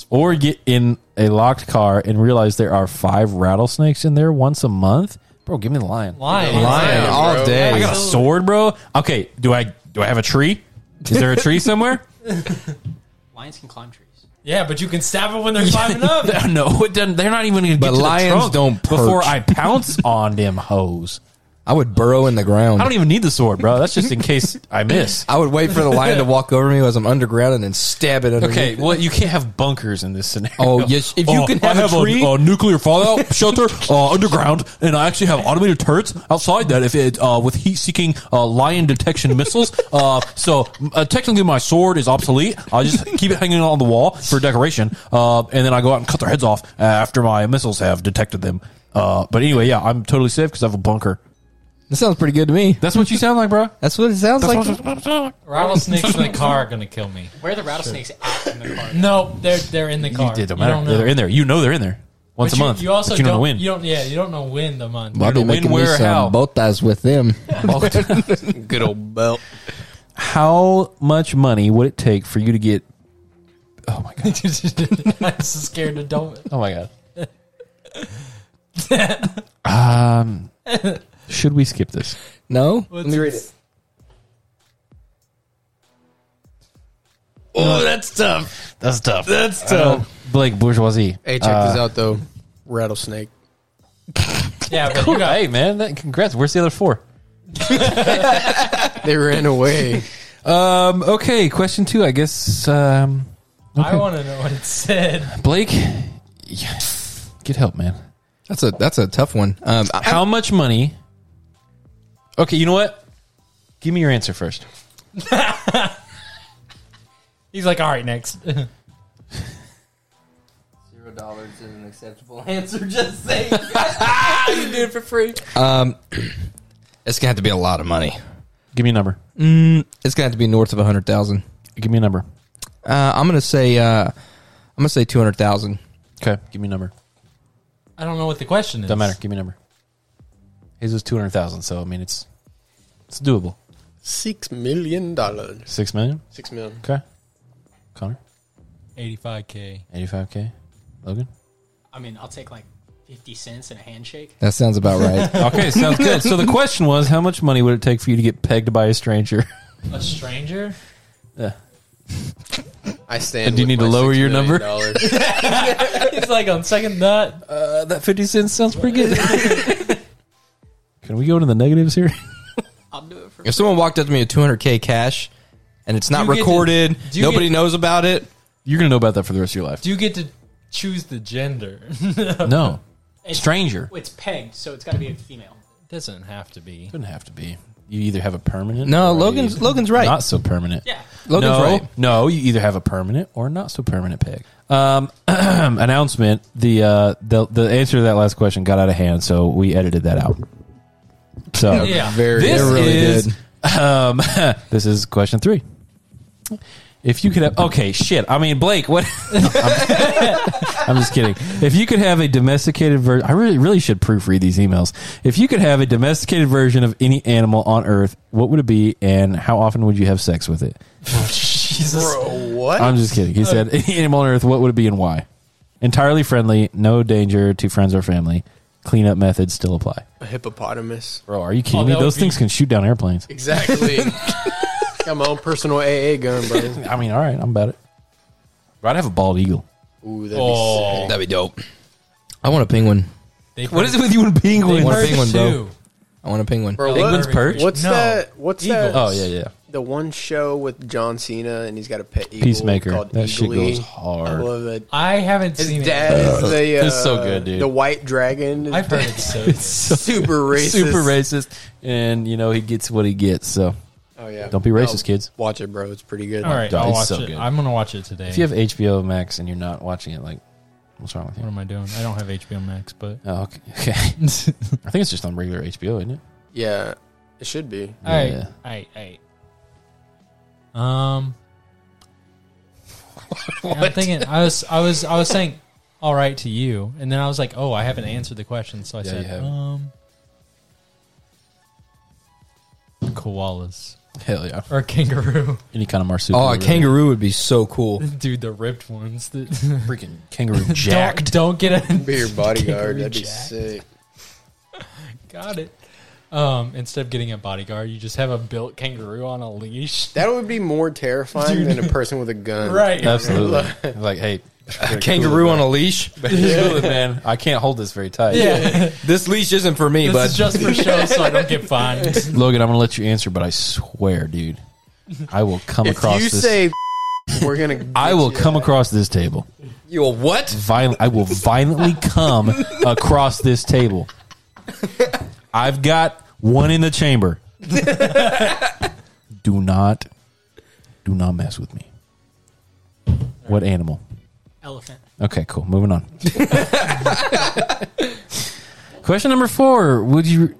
Speaker 1: or get in a locked car and realize there are five rattlesnakes in there once a month? Bro, give me the lion.
Speaker 3: Lion.
Speaker 4: Lion all
Speaker 1: I
Speaker 4: day.
Speaker 1: got a sword, bro. Okay, do I do I have a tree? Is there a tree somewhere?
Speaker 8: Lions can climb trees.
Speaker 3: Yeah, but you can stab them when they're climbing up.
Speaker 1: no, it doesn't, they're not even going to get
Speaker 4: But
Speaker 1: to the
Speaker 4: lions
Speaker 1: trunk
Speaker 4: don't perch.
Speaker 1: before I pounce on them hoes.
Speaker 4: I would burrow in the ground.
Speaker 1: I don't even need the sword, bro. That's just in case I miss.
Speaker 4: I would wait for the lion to walk over me as I'm underground and then stab it underneath.
Speaker 1: Okay, well, you can't have bunkers in this scenario.
Speaker 4: Oh, yes, if you can have a tree-
Speaker 1: uh, nuclear fallout shelter uh, underground, and I actually have automated turrets outside that if it uh, with heat-seeking uh, lion detection missiles. Uh, so uh, technically, my sword is obsolete. I just keep it hanging on the wall for decoration, uh, and then I go out and cut their heads off uh, after my missiles have detected them. Uh, but anyway, yeah, I'm totally safe because I have a bunker.
Speaker 4: That sounds pretty good to me.
Speaker 1: That's what you sound like, bro.
Speaker 4: That's what it sounds like.
Speaker 3: Rattlesnakes in the car are gonna kill me.
Speaker 8: Where are the rattlesnakes at in the car?
Speaker 3: No, they're they're in the car.
Speaker 1: It doesn't
Speaker 3: You
Speaker 1: matter.
Speaker 3: don't know.
Speaker 1: They're in there. You know they're in there once
Speaker 3: But
Speaker 1: a month.
Speaker 3: You, you also
Speaker 1: but you
Speaker 3: don't,
Speaker 1: know when.
Speaker 3: You don't. Yeah, you don't know when the month.
Speaker 4: I'd be
Speaker 1: Win,
Speaker 4: making me
Speaker 1: where, how?
Speaker 4: some botas with them.
Speaker 2: Good old belt.
Speaker 1: how much money would it take for you to get? Oh my god!
Speaker 3: I'm so scared to don't.
Speaker 1: Oh my god! um,
Speaker 10: Should we skip this?
Speaker 4: No?
Speaker 2: Let me read it.
Speaker 10: Oh, that's tough. That's tough. That's tough.
Speaker 1: Blake Bourgeoisie.
Speaker 2: Hey, check this
Speaker 1: Uh,
Speaker 2: out though. Rattlesnake.
Speaker 3: Yeah, but you got
Speaker 1: Hey, man, that, congrats. Where's the other four?
Speaker 2: They ran away.
Speaker 1: Um, okay, question two, I guess. Um,
Speaker 3: I want to know what it said.
Speaker 1: Blake, yeah, get help, man.
Speaker 4: That's a that's a tough one. Um, I-
Speaker 1: How much money? Okay, you know what? Give me your answer first.
Speaker 3: He's like, all right, next.
Speaker 4: Zero dollars is an acceptable
Speaker 11: Answer just say.
Speaker 4: Um, it's gonna have to be a lot of money.
Speaker 1: Give me a number.
Speaker 4: Mm, it's gonna have to be north of a hundred thousand.
Speaker 1: Give me a number.
Speaker 4: Uh, I'm gonna say uh, I'm gonna say two hundred thousand.
Speaker 1: Okay, give me a number.
Speaker 3: I don't know what the question is.
Speaker 1: Doesn't matter. Give me a number. His was two hundred thousand, so I mean it's it's doable.
Speaker 2: Six million dollars.
Speaker 1: Six million.
Speaker 2: Six million.
Speaker 1: Okay. Connor,
Speaker 3: 85K.
Speaker 1: eighty-five k. Logan.
Speaker 11: I mean, I'll take like 50 cents and a handshake.
Speaker 4: That sounds about right.
Speaker 1: Okay, sounds good. So the question was, how much money would it take for you to get pegged by a stranger?
Speaker 3: A stranger?
Speaker 2: I stand.
Speaker 1: Do you
Speaker 2: with
Speaker 1: need to
Speaker 2: my
Speaker 1: lower
Speaker 2: $6
Speaker 1: your
Speaker 2: million
Speaker 1: number?
Speaker 2: dollars.
Speaker 3: He's like, on second thought.
Speaker 1: Uh, that fifty cents sounds pretty good. Can we go into the negatives here?
Speaker 11: I'll do it for
Speaker 4: if someone walked up to me with two hundred k cash, and it's not
Speaker 3: Do you get to-
Speaker 4: recorded,
Speaker 3: do you
Speaker 4: nobody
Speaker 3: get-
Speaker 4: knows about it.
Speaker 1: You're gonna know about that for the rest of your life.
Speaker 3: Do you get to choose the gender?
Speaker 1: No,
Speaker 11: It's-
Speaker 1: stranger
Speaker 11: It's pegged, so it's got to be a female.
Speaker 3: Doesn't have to be.
Speaker 1: doesn't have to be. You either have a permanent.
Speaker 4: No,
Speaker 1: or
Speaker 4: Logan's
Speaker 1: a
Speaker 4: Logan's right.
Speaker 1: Not so permanent.
Speaker 11: Yeah.
Speaker 4: Logan's
Speaker 1: no,
Speaker 4: right.
Speaker 1: no, you either have a permanent or not so permanent peg. Um, announcement: the uh, the the answer to that last question got out of hand, so we edited that out. So
Speaker 3: Yeah.
Speaker 2: Very
Speaker 1: this
Speaker 2: good.
Speaker 1: is um, this is question three. If you could have okay, shit. I mean, Blake, what? I'm, I'm just kidding. If you could have a domesticated version, I really, really should proofread these emails. If you could have a domesticated version of any animal on Earth, what would it be, and how often would you have sex with it?
Speaker 2: Bro, what?
Speaker 1: I'm just kidding. He said any animal on Earth, what would it be and why? Entirely friendly, no danger to friends or family. Cleanup methods still apply.
Speaker 2: a hippopotamus.
Speaker 1: Bro, are you kidding
Speaker 3: Oh,
Speaker 1: me?
Speaker 3: that would
Speaker 1: Those
Speaker 3: be-
Speaker 1: things can shoot down airplanes.
Speaker 2: Exactly. Got my own personal AA gun, bro.
Speaker 1: I mean, all right, I'm about it. Bro, I'd have a bald eagle.
Speaker 2: Ooh, that'd be sick.
Speaker 4: That'd be dope. I want a penguin.
Speaker 3: They
Speaker 1: What is it with you and penguins?
Speaker 4: What a
Speaker 3: Birds
Speaker 4: penguin, bro.
Speaker 3: too.
Speaker 4: I want a penguin.
Speaker 2: Bro,
Speaker 1: Penguins
Speaker 2: what-
Speaker 1: perch?
Speaker 2: What's
Speaker 3: No.
Speaker 2: that? What's that?
Speaker 1: Oh yeah, yeah.
Speaker 2: The one show with John Cena and he's got a pet eagle
Speaker 1: Peacemaker.
Speaker 2: called
Speaker 1: That shit
Speaker 2: Eagle-E.
Speaker 1: goes hard.
Speaker 2: I love it.
Speaker 3: I haven't
Speaker 2: His
Speaker 3: seen
Speaker 2: dad is the uh,
Speaker 1: It's so good, dude.
Speaker 2: The white dragon.
Speaker 3: it.
Speaker 2: is
Speaker 3: I've heard it's so good.
Speaker 2: super racist.
Speaker 1: Super racist, and you know he gets what he gets. So
Speaker 2: Oh yeah.
Speaker 1: Don't be racist, kids.
Speaker 2: Watch it, bro. It's pretty good.
Speaker 3: All right,
Speaker 1: God,
Speaker 3: I'll
Speaker 1: it's
Speaker 3: watch
Speaker 1: so
Speaker 3: it.
Speaker 1: good.
Speaker 3: I'm gonna watch it today.
Speaker 1: if you have HBO Max and you're not watching it, like, what's wrong with
Speaker 3: what
Speaker 1: you?
Speaker 3: am I doing? I don't have HBO Max, but
Speaker 1: Oh, okay. okay. I think it's just on regular HBO, isn't it?
Speaker 2: Yeah, it should be.
Speaker 3: all right,
Speaker 1: Yeah.
Speaker 3: all right, all right. Um, I'm thinking. I was, I was, I was saying, all right to you, and then I was like, oh, I haven't answered the question, so I
Speaker 1: Yeah, you
Speaker 3: said,
Speaker 1: haven't.
Speaker 3: um, koalas
Speaker 1: Hell yeah.
Speaker 3: or kangaroo,
Speaker 1: Any kind of marsupial.
Speaker 4: Oh, a
Speaker 1: really.
Speaker 4: kangaroo would be so cool.
Speaker 3: dude, the ripped ones that
Speaker 1: Freaking kangaroo jacked.
Speaker 3: Don't, don't get a
Speaker 2: Be your
Speaker 3: Kangaroo
Speaker 2: bodyguard. That'd be
Speaker 3: Jack.
Speaker 2: sick.
Speaker 3: Got it. Um, instead of getting a bodyguard, you just have a built kangaroo on a leash.
Speaker 2: That would be more terrifying
Speaker 3: Dude.
Speaker 2: than a person with a gun.
Speaker 1: Absolutely. like, hey,
Speaker 4: A kangaroo on a leash.
Speaker 1: cool it, man. I can't hold this very tight.
Speaker 3: Yeah.
Speaker 4: This leash isn't for me,
Speaker 3: this
Speaker 4: but
Speaker 3: is just for show, so I don't get fined.
Speaker 1: Logan, I'm gonna let you answer, but I swear, dude, I will come
Speaker 2: If
Speaker 1: across
Speaker 2: you
Speaker 1: this.
Speaker 2: say, we're gonna.
Speaker 1: I
Speaker 2: get
Speaker 1: will
Speaker 2: you.
Speaker 1: come across this table.
Speaker 4: you a what?
Speaker 1: Violent. I will violently come across this table. I've got one in the chamber. do not, do not mess with me. What animal?
Speaker 11: Elephant.
Speaker 1: Okay, cool. Moving on. Question number four. Would you.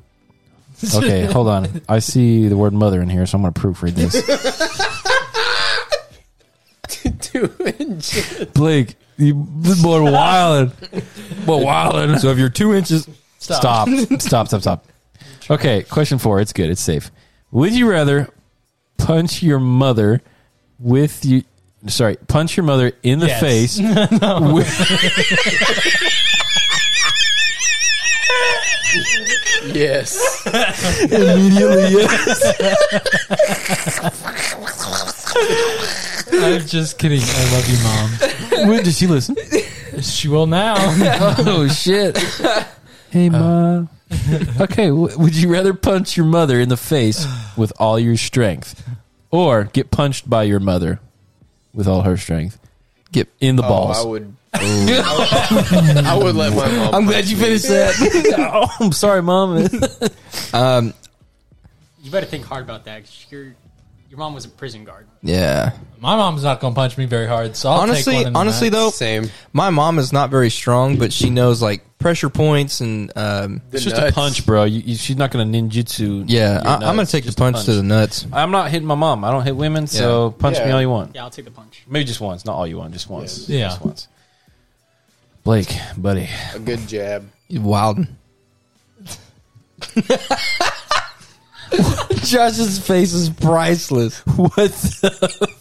Speaker 1: Okay, hold on. I see the word mother in here, so I'm going to proofread this. Blake, you, this boy wildin'. Boy wildin'. So if you're two inches. Stop. Stop, stop, stop. Okay, question four. It's good. It's safe. Would you rather punch your mother with you. Sorry, punch your mother in the
Speaker 3: Yes.
Speaker 1: face with,
Speaker 2: Yes.
Speaker 4: Immediately, yes.
Speaker 3: I'm just kidding. I love you, mom.
Speaker 1: When did she listen?
Speaker 3: She will now.
Speaker 4: oh shit.
Speaker 1: Hey, ma.
Speaker 4: Okay, w- would you rather punch your mother in the face with all your strength, or get punched by your mother with all her strength? Get in the balls.
Speaker 2: Oh, I would. I would let my mom.
Speaker 4: I'm glad you finished that. oh, I'm sorry, mom. um,
Speaker 12: You better think hard about that. 'cause your your mom was a prison guard.
Speaker 4: yeah.
Speaker 3: My mom's not gonna punch me very hard, so I'll take
Speaker 4: honestly,
Speaker 3: one in the
Speaker 4: honestly
Speaker 3: nuts.
Speaker 4: though,
Speaker 2: Same.
Speaker 4: my mom is not very strong, but she knows like pressure points and um,
Speaker 1: It's just a punch, bro. You, you, she's not going to ninjutsu.
Speaker 4: yeah.
Speaker 1: your
Speaker 4: I, I'm gonna
Speaker 1: nuts.
Speaker 4: take the
Speaker 1: Just
Speaker 4: punch, to the nuts.
Speaker 1: I'm not hitting my mom. I don't hit women, so punch me
Speaker 2: Yeah.
Speaker 1: all you want.
Speaker 12: Yeah, I'll take the punch.
Speaker 1: Maybe just once, not all you want, just once.
Speaker 3: Yeah.
Speaker 1: Just once. Blake, buddy.
Speaker 2: A good jab.
Speaker 4: Wild. Josh's face is priceless. What the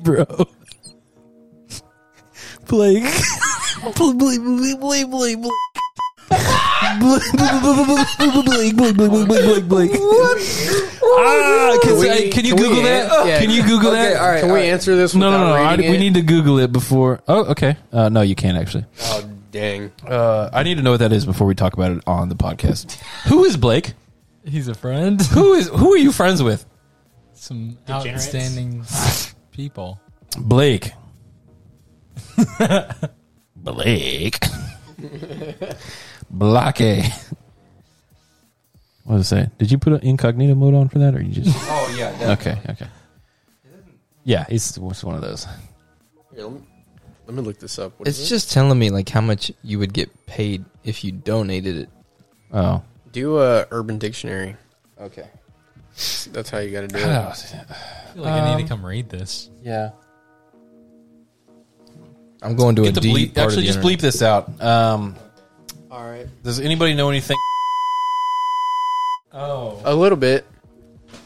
Speaker 4: bro? Blake, Blake, Blake, Blake, Blake, Blake, Blake.
Speaker 1: Ah,
Speaker 4: Blake, Blake, Blake, Blake, Blake, Blake, Blake. Ah, can,
Speaker 2: we-
Speaker 4: I- can you
Speaker 2: can we
Speaker 4: Google
Speaker 2: an-
Speaker 4: that?
Speaker 2: yeah.
Speaker 4: Can you Google
Speaker 2: Okay,
Speaker 4: that?
Speaker 2: all right, Can we answer this?
Speaker 1: No, no, no. I,
Speaker 2: without reading
Speaker 1: we
Speaker 2: it?
Speaker 1: need to Google it before. Oh, okay. Uh, no, you can't actually.
Speaker 2: Oh dang!
Speaker 1: Uh, I need to know what that is before we talk about it on the podcast. who is Blake?
Speaker 3: he's a friend.
Speaker 1: Who is who are you friends with?
Speaker 3: Some
Speaker 12: Degenerates.
Speaker 3: outstanding people.
Speaker 1: Blake. Blake. Blake. What does it say? Did you put an incognito mode on for that, or you just? Oh yeah. Okay. Okay. Yeah, it's, it's one of those.
Speaker 2: Here, let, me, let me look this up. What is
Speaker 4: It's
Speaker 2: it?
Speaker 4: just telling me like how much you would get paid if you donated it.
Speaker 1: Oh,
Speaker 2: do a Urban Dictionary.
Speaker 13: Okay.
Speaker 2: That's how you got to do it.
Speaker 1: yeah.
Speaker 3: I feel like I need to
Speaker 1: Um,
Speaker 3: come read this.
Speaker 4: I'm going to
Speaker 1: Get
Speaker 4: a
Speaker 1: the
Speaker 4: deep
Speaker 1: bleep.
Speaker 4: part of
Speaker 1: Actually,
Speaker 4: the
Speaker 1: just
Speaker 4: internet.
Speaker 1: bleep this out. Um,
Speaker 2: All right.
Speaker 1: does anybody know anything?
Speaker 3: Oh,
Speaker 2: A little bit.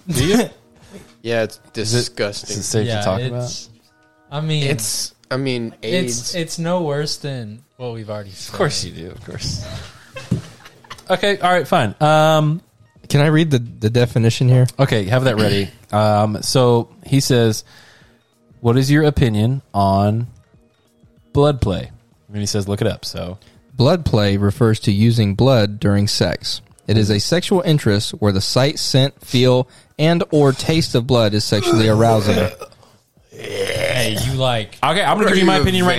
Speaker 1: Do you?
Speaker 2: Yeah, it's disgusting.
Speaker 1: Is it safe to talk about?
Speaker 3: it's. I mean, it's
Speaker 2: it's. I mean,
Speaker 3: it's
Speaker 2: AIDS.
Speaker 3: it's no worse than what we've already. Said.
Speaker 1: Of course you do. Of course. okay. All right. Fine. Um,
Speaker 4: Can I read the, the definition here?
Speaker 1: Okay, have that ready. Um, so he says, "What is your opinion on blood play?" And he says, "Look it up." So
Speaker 4: Blood play refers to using blood during sex. It is a sexual interest where the sight, scent, feel, and or taste of blood is sexually arousing.
Speaker 3: Hey, you like
Speaker 1: okay, I'm going to give you
Speaker 2: you
Speaker 1: my
Speaker 2: a
Speaker 1: opinion right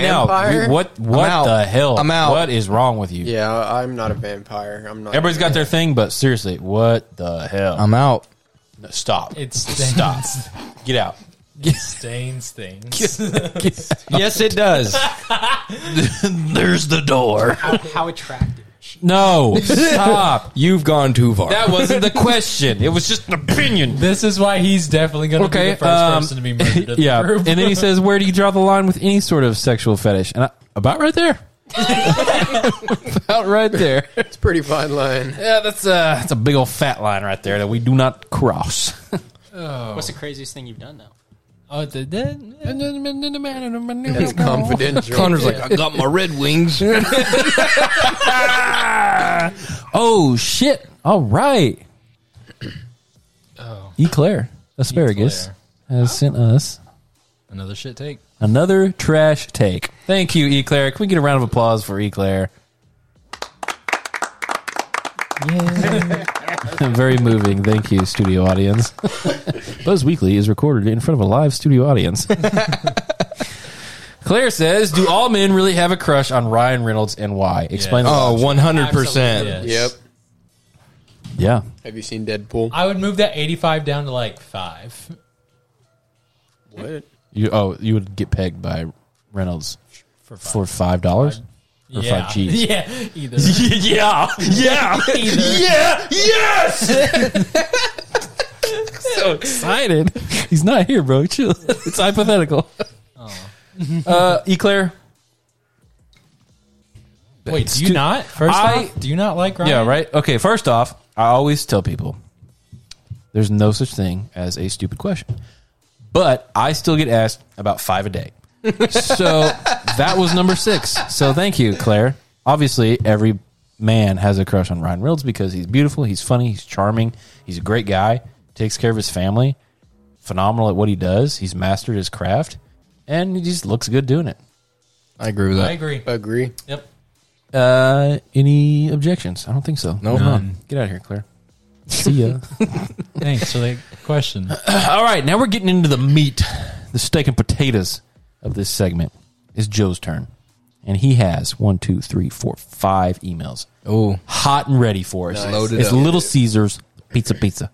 Speaker 1: now.
Speaker 2: vampire?
Speaker 1: What
Speaker 4: I'm out.
Speaker 1: what the hell?
Speaker 4: I'm out.
Speaker 1: What is wrong with you?
Speaker 2: yeah, I- I'm not a vampire. I'm not.
Speaker 1: Everybody's got their thing, but seriously, what the hell?
Speaker 4: I'm out.
Speaker 1: No, Stop!
Speaker 3: it stains.
Speaker 1: Stop! Get out!
Speaker 3: It stains things.
Speaker 4: Yes, it does.
Speaker 1: There's the door.
Speaker 12: How, how attractive is she?
Speaker 1: No, stop!
Speaker 4: You've gone too far.
Speaker 1: That wasn't the question. It was just an opinion.
Speaker 3: This is why he's definitely going to be
Speaker 1: Okay,
Speaker 3: the first
Speaker 1: um,
Speaker 3: person to be murdered. in the
Speaker 1: Yeah,
Speaker 3: group.
Speaker 1: and then he says, "Where do you draw the line with any sort of sexual fetish?" And I, about right there, about right there.
Speaker 2: It's a pretty fine line.
Speaker 1: Yeah, that's a that's a big old fat line right there that we do not cross.
Speaker 12: What's the craziest thing you've done though?
Speaker 3: "Oh, the,
Speaker 2: It's confidential.
Speaker 4: Connor's like, I got my red wings.
Speaker 1: oh shit! All right,
Speaker 3: Oh,
Speaker 1: Eclair Asparagus has sent us
Speaker 3: another shit take."
Speaker 1: another trash take. Thank you, Eclair. Can we get a round of applause for Eclair? Yeah. Very moving. Thank you, studio audience. Buzz Weekly is recorded in front of a live studio audience. Claire says, "Do all men really have a crush on Ryan Reynolds and why?" Explain. the
Speaker 4: Oh, 100%.
Speaker 3: Absolutely.
Speaker 2: Yep.
Speaker 1: Yeah.
Speaker 2: Have you seen Deadpool?
Speaker 3: I would move that eighty-five down to like five.
Speaker 2: What?
Speaker 1: You oh, you would get pegged by Reynolds for five dollars or
Speaker 3: yeah,
Speaker 1: five G's.
Speaker 3: yeah, either.
Speaker 1: yeah, yeah, yeah, yes. so excited. He's not here, bro. Chill. It's hypothetical. Uh, Eclair.
Speaker 3: Wait, do you not? First
Speaker 1: I-
Speaker 3: off, do you not like Ryan?
Speaker 1: Yeah, right. Okay, first off, I always tell people there's no such thing as a stupid question, but I still get asked about five a day. So that was number six. So thank you, Claire. Obviously, every man has a crush on Ryan Reynolds because he's beautiful, he's funny, he's charming, he's a great guy, takes care of his family, phenomenal at what he does. He's mastered his craft, and he just looks good doing it.
Speaker 2: I agree with
Speaker 3: I agree.
Speaker 2: Agree.
Speaker 3: Yep.
Speaker 1: Uh, any objections? I don't think so.
Speaker 3: Nope.
Speaker 1: None.
Speaker 3: None.
Speaker 1: Get out of here, Claire. See ya.
Speaker 3: Thanks for the question.
Speaker 1: All right, now we're getting into the meat, the steak and potatoes of this segment. It's Joe's turn. And he has one, two, three, four, five emails.
Speaker 2: Oh.
Speaker 1: Hot and ready for us.
Speaker 2: Nice. Loaded
Speaker 1: it's
Speaker 2: up.
Speaker 1: Little Caesars Pizza Pizza.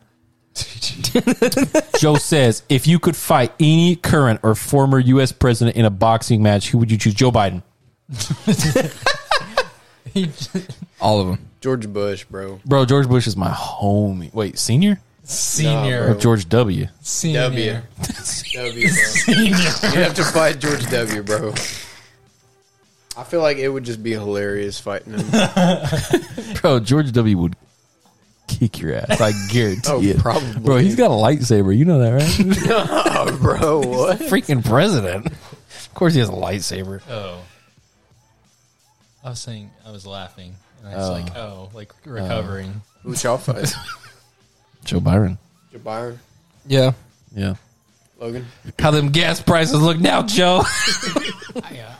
Speaker 1: Joe says, if you could fight any current or former U.S. president in a boxing match, who would you choose? Joe Biden.
Speaker 2: All of them. George Bush, bro.
Speaker 1: Bro, George Bush is my homie. Wait, senior?
Speaker 3: Senior.
Speaker 1: Or George W?
Speaker 3: Senior.
Speaker 2: W. W, bro.
Speaker 3: Senior.
Speaker 2: You have to fight George W, bro. I feel like it would just be hilarious fighting him.
Speaker 1: Bro, George W. would kick your ass. I guarantee
Speaker 2: Oh,
Speaker 1: it.
Speaker 2: probably.
Speaker 1: Bro, he's got a lightsaber. You know that, right?
Speaker 2: oh, bro, what?
Speaker 1: Freaking president. Of course, he has a lightsaber.
Speaker 3: Oh. I was saying I was laughing, and I was like, "Oh, like recovering."
Speaker 14: Oh.
Speaker 2: Who y'all fight?
Speaker 1: Joe Byron.
Speaker 2: Joe Byron,
Speaker 1: Yeah. Yeah.
Speaker 2: Logan.
Speaker 1: How them gas prices look now, Joe?
Speaker 14: I, uh,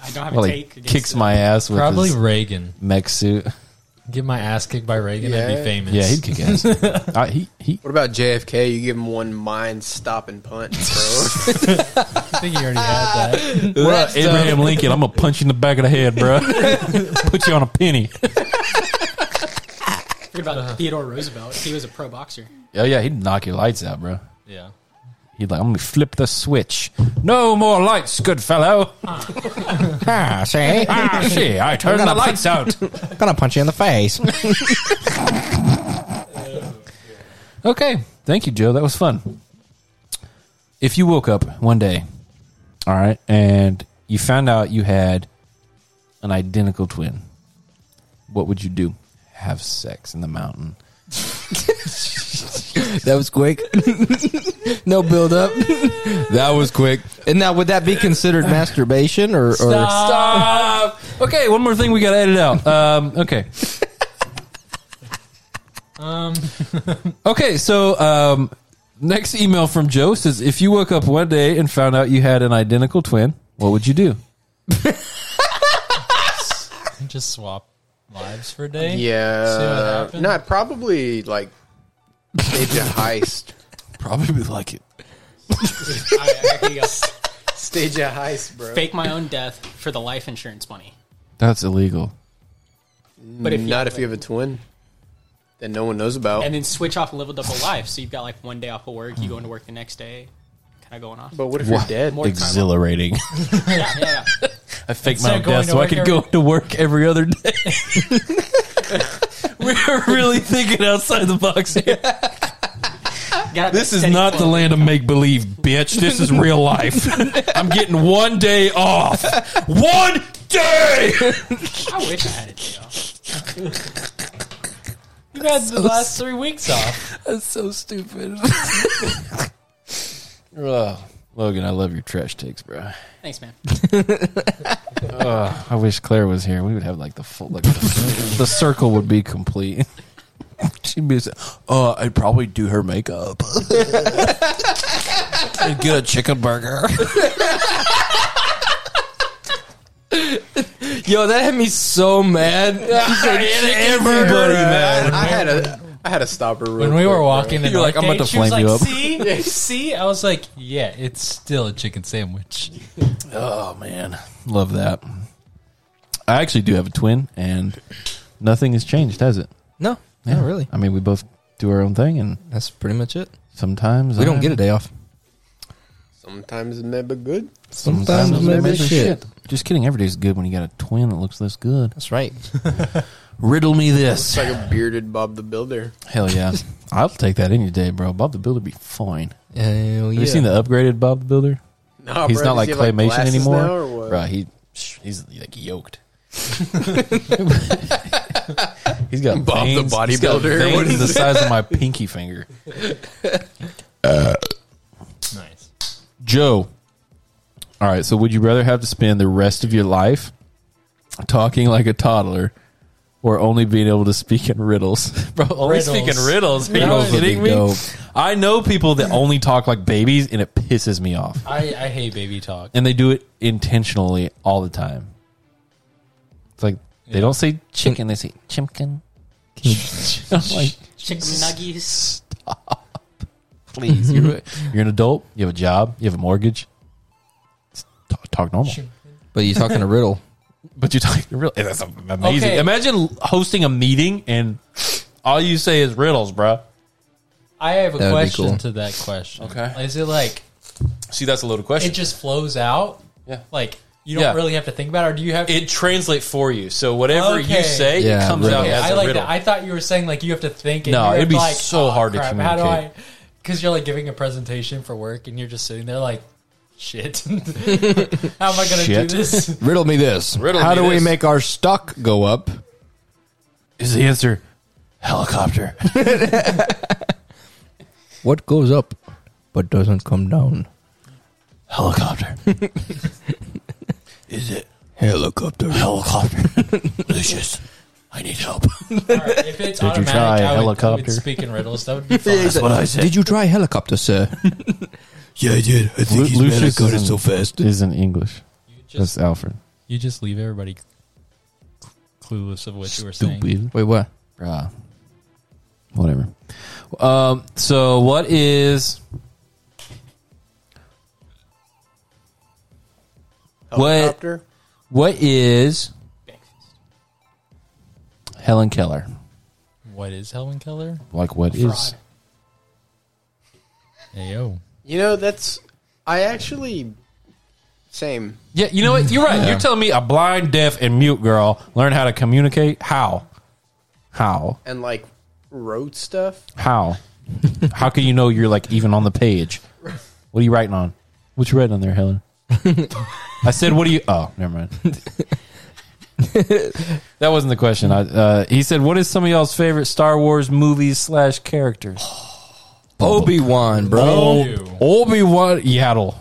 Speaker 14: I don't have
Speaker 1: well,
Speaker 14: a
Speaker 1: he
Speaker 14: take. against
Speaker 1: kicks
Speaker 14: it.
Speaker 1: my ass with
Speaker 3: Probably
Speaker 1: his
Speaker 3: Reagan.
Speaker 1: mech suit.
Speaker 3: Get my ass kicked by Reagan. I'd
Speaker 2: Yeah.
Speaker 3: be famous.
Speaker 1: Yeah, he'd kick ass. I, he, he,
Speaker 2: What about JFK? You give him one mind stop and punch, bro.
Speaker 3: I think he already had that.
Speaker 1: what up, Abraham Lincoln? I'm going to punch you in the back of the head, bro. Put you on a penny.
Speaker 14: What about
Speaker 3: Uh-huh.
Speaker 14: Theodore Roosevelt? He was a pro boxer.
Speaker 1: Oh, yeah, he'd knock your lights out, bro.
Speaker 3: Yeah.
Speaker 1: He's like, I'm gonna flip the switch. No more lights, good fellow. ah, see, ah, see, I turn the lights out.
Speaker 4: eh? Gonna punch you in the face.
Speaker 1: Okay, thank you, Joe. That was fun. If you woke up one day, all right, and you found out you had an identical twin, what would you do? Have sex in the mountain?
Speaker 4: That was quick. no build up. that was quick. And now, would that be considered masturbation or? or
Speaker 1: Uh, Stop. Okay, one more thing we gotta edit out. Um, okay. um. okay, so um, next email from Joe says, "If you woke up one day and found out you had an identical twin, what would you do?"
Speaker 3: Just swap lives for a day. See what
Speaker 2: yeah,
Speaker 3: happens?
Speaker 2: no, I'd probably like stage a heist.
Speaker 1: Probably like it.
Speaker 14: I, I can go
Speaker 2: Stage a heist, bro.
Speaker 14: fake my own death for the life insurance money.
Speaker 1: That's illegal.
Speaker 14: But if you-
Speaker 2: not if you have a twin that no one knows about.
Speaker 14: And then switch off and live a double life. So you've got like one day off of work, you go into work the next day, kind of going off.
Speaker 2: but what if you're dead?
Speaker 14: More time.
Speaker 1: Exhilarating.
Speaker 14: Yeah, yeah, yeah.
Speaker 1: I faked
Speaker 3: Instead
Speaker 1: my own
Speaker 3: of going
Speaker 1: death
Speaker 3: to
Speaker 1: so I
Speaker 3: work
Speaker 1: could
Speaker 3: every-
Speaker 1: go to work every other day. We're really thinking outside the box here.
Speaker 14: Gotta have
Speaker 1: This
Speaker 14: that
Speaker 1: is
Speaker 14: steady
Speaker 1: not the
Speaker 14: flow.
Speaker 1: land of make believe, bitch. This is real life. I'm getting one day off. One day.
Speaker 14: I wish I had it. Though.
Speaker 3: You had the last three weeks off.
Speaker 1: That's so stupid. Logan, I love your trash takes, bro.
Speaker 14: Thanks, man.
Speaker 1: I wish Claire was here. We would have like the full, like the, the circle would be complete. She'd be, uh, I'd probably do her makeup. and get a chicken burger.
Speaker 4: Yo, that had me so mad.
Speaker 1: Everybody, man.
Speaker 2: I had a I had a stopper real
Speaker 3: When we
Speaker 2: quick,
Speaker 3: were
Speaker 2: bro.
Speaker 3: walking, and
Speaker 1: You're like, I'm about to
Speaker 3: she was
Speaker 1: flame you
Speaker 3: like,
Speaker 1: up.
Speaker 3: See, see. I was like, yeah, it's still a chicken sandwich.
Speaker 1: Oh man, love that. I actually do have a twin, and nothing has changed, has it?
Speaker 4: No,
Speaker 1: Yeah.
Speaker 4: not really.
Speaker 1: I mean, we both do our own thing, and
Speaker 4: That's pretty much it.
Speaker 1: sometimes
Speaker 4: We don't
Speaker 1: I'm-
Speaker 4: get a day off.
Speaker 2: Sometimes it may be good.
Speaker 4: Sometimes maybe
Speaker 1: it's
Speaker 4: shit.
Speaker 1: Just kidding. Every day's good when you got a twin that looks this good.
Speaker 4: That's right.
Speaker 1: Riddle me this.
Speaker 2: It's like a bearded Bob the Builder.
Speaker 1: Hell yeah, I'll take that any day, bro. Bob the Builder be fine.
Speaker 4: Hell
Speaker 1: Have
Speaker 4: yeah.
Speaker 1: you seen the upgraded Bob the Builder?
Speaker 2: Nah,
Speaker 1: he's
Speaker 2: bro,
Speaker 1: not
Speaker 2: does
Speaker 1: like
Speaker 2: he have,
Speaker 1: claymation
Speaker 2: glasses
Speaker 1: anymore.
Speaker 2: now or what?
Speaker 1: Bro, he psh, he's like yoked. he's got
Speaker 2: Bob the
Speaker 1: veins- he's got
Speaker 2: bodybuilder.
Speaker 1: veins
Speaker 2: What is
Speaker 1: the size of my pinky finger.
Speaker 3: Nice.
Speaker 1: Joe, All right. So, would you rather have to spend the rest of your life talking like a toddler, or only being able to speak in riddles? Bro, only
Speaker 15: Riddles.
Speaker 1: speaking riddles. Are you
Speaker 15: Riddles would be
Speaker 1: kidding me?
Speaker 15: dope.
Speaker 1: I know people that only talk like babies, and it pisses me off.
Speaker 3: I, I hate baby talk.
Speaker 1: And they do it intentionally all the time. It's like they don't say chicken; they say chimkin. I'm like,
Speaker 14: Chicken nuggies.
Speaker 1: please, you're, you're an adult. You have a job. You have a mortgage. Just Talk, talk normal.
Speaker 4: But you're talking a riddle.
Speaker 1: But you're talking a riddle. That's amazing.
Speaker 3: Okay.
Speaker 1: Imagine hosting a meeting and all you say is riddles, bro.
Speaker 3: I have a
Speaker 1: That would be
Speaker 3: question
Speaker 1: cool.
Speaker 3: to that question.
Speaker 1: Okay.
Speaker 3: Is it like
Speaker 1: See, that's a loaded question.
Speaker 3: it just flows out?
Speaker 1: Yeah.
Speaker 3: Like you don't
Speaker 1: Yeah.
Speaker 3: really have to think about it, or do you have to
Speaker 1: it translates for you. So whatever
Speaker 3: Okay.
Speaker 1: you say,
Speaker 4: Yeah,
Speaker 1: it comes out
Speaker 3: Okay,
Speaker 1: as
Speaker 3: I
Speaker 1: a
Speaker 3: like
Speaker 1: riddle.
Speaker 3: that. I thought you were saying like you have to think. And
Speaker 1: No,
Speaker 3: you're
Speaker 1: it'd be
Speaker 3: like,
Speaker 1: so
Speaker 3: "Oh,
Speaker 1: hard to
Speaker 3: crap, How do I?
Speaker 1: communicate.
Speaker 3: Because you're like giving a presentation for work, and you're just sitting there like, shit. how am I gonna
Speaker 4: Shit.
Speaker 3: do this?
Speaker 4: Riddle me this.
Speaker 1: Riddle
Speaker 4: How
Speaker 1: me
Speaker 4: do
Speaker 1: this.
Speaker 4: we make our stock go up?
Speaker 1: Is the answer helicopter?
Speaker 4: What goes up but doesn't come down?
Speaker 1: helicopter. Is it
Speaker 4: Helicopter.
Speaker 1: helicopter? Lucius, I need help.
Speaker 3: All right, if it's
Speaker 1: Did you
Speaker 3: automatic,
Speaker 1: try
Speaker 3: I would, I
Speaker 1: helicopter?
Speaker 3: would speak in riddles. That would be fun.
Speaker 1: That's what I said.
Speaker 4: Did you try helicopter, sir?
Speaker 16: Yeah, I did. I think he's mad I
Speaker 1: Lucius
Speaker 16: got it so
Speaker 1: isn't-
Speaker 16: fast.
Speaker 1: Isn't English?
Speaker 3: just-
Speaker 1: That's Alfred.
Speaker 3: you just leave everybody clueless of what you were saying.
Speaker 4: Wait, what?
Speaker 1: Bruh. Whatever. Um, so what is what
Speaker 2: Helicopter?
Speaker 1: what is Helen Keller?
Speaker 3: What is Helen Keller?
Speaker 1: Like what is?
Speaker 3: Fraud. Hey yo.
Speaker 2: You know, that's. I actually. Same.
Speaker 1: Yeah, you know what? You're right. You're telling me a blind, deaf, and mute girl learn how to communicate? How? How?
Speaker 2: And like wrote stuff.
Speaker 1: How? how can you know you're like even on the page? What are you writing on? What you writing on there, Helen? I said, "What do you?" Oh, never mind. that wasn't the question. I, uh, he said, "What is some of y'all's favorite Star Wars movies slash characters?"
Speaker 4: Obi Wan, bro.
Speaker 1: Oh.
Speaker 3: You.
Speaker 1: Obi Wan Yaddle.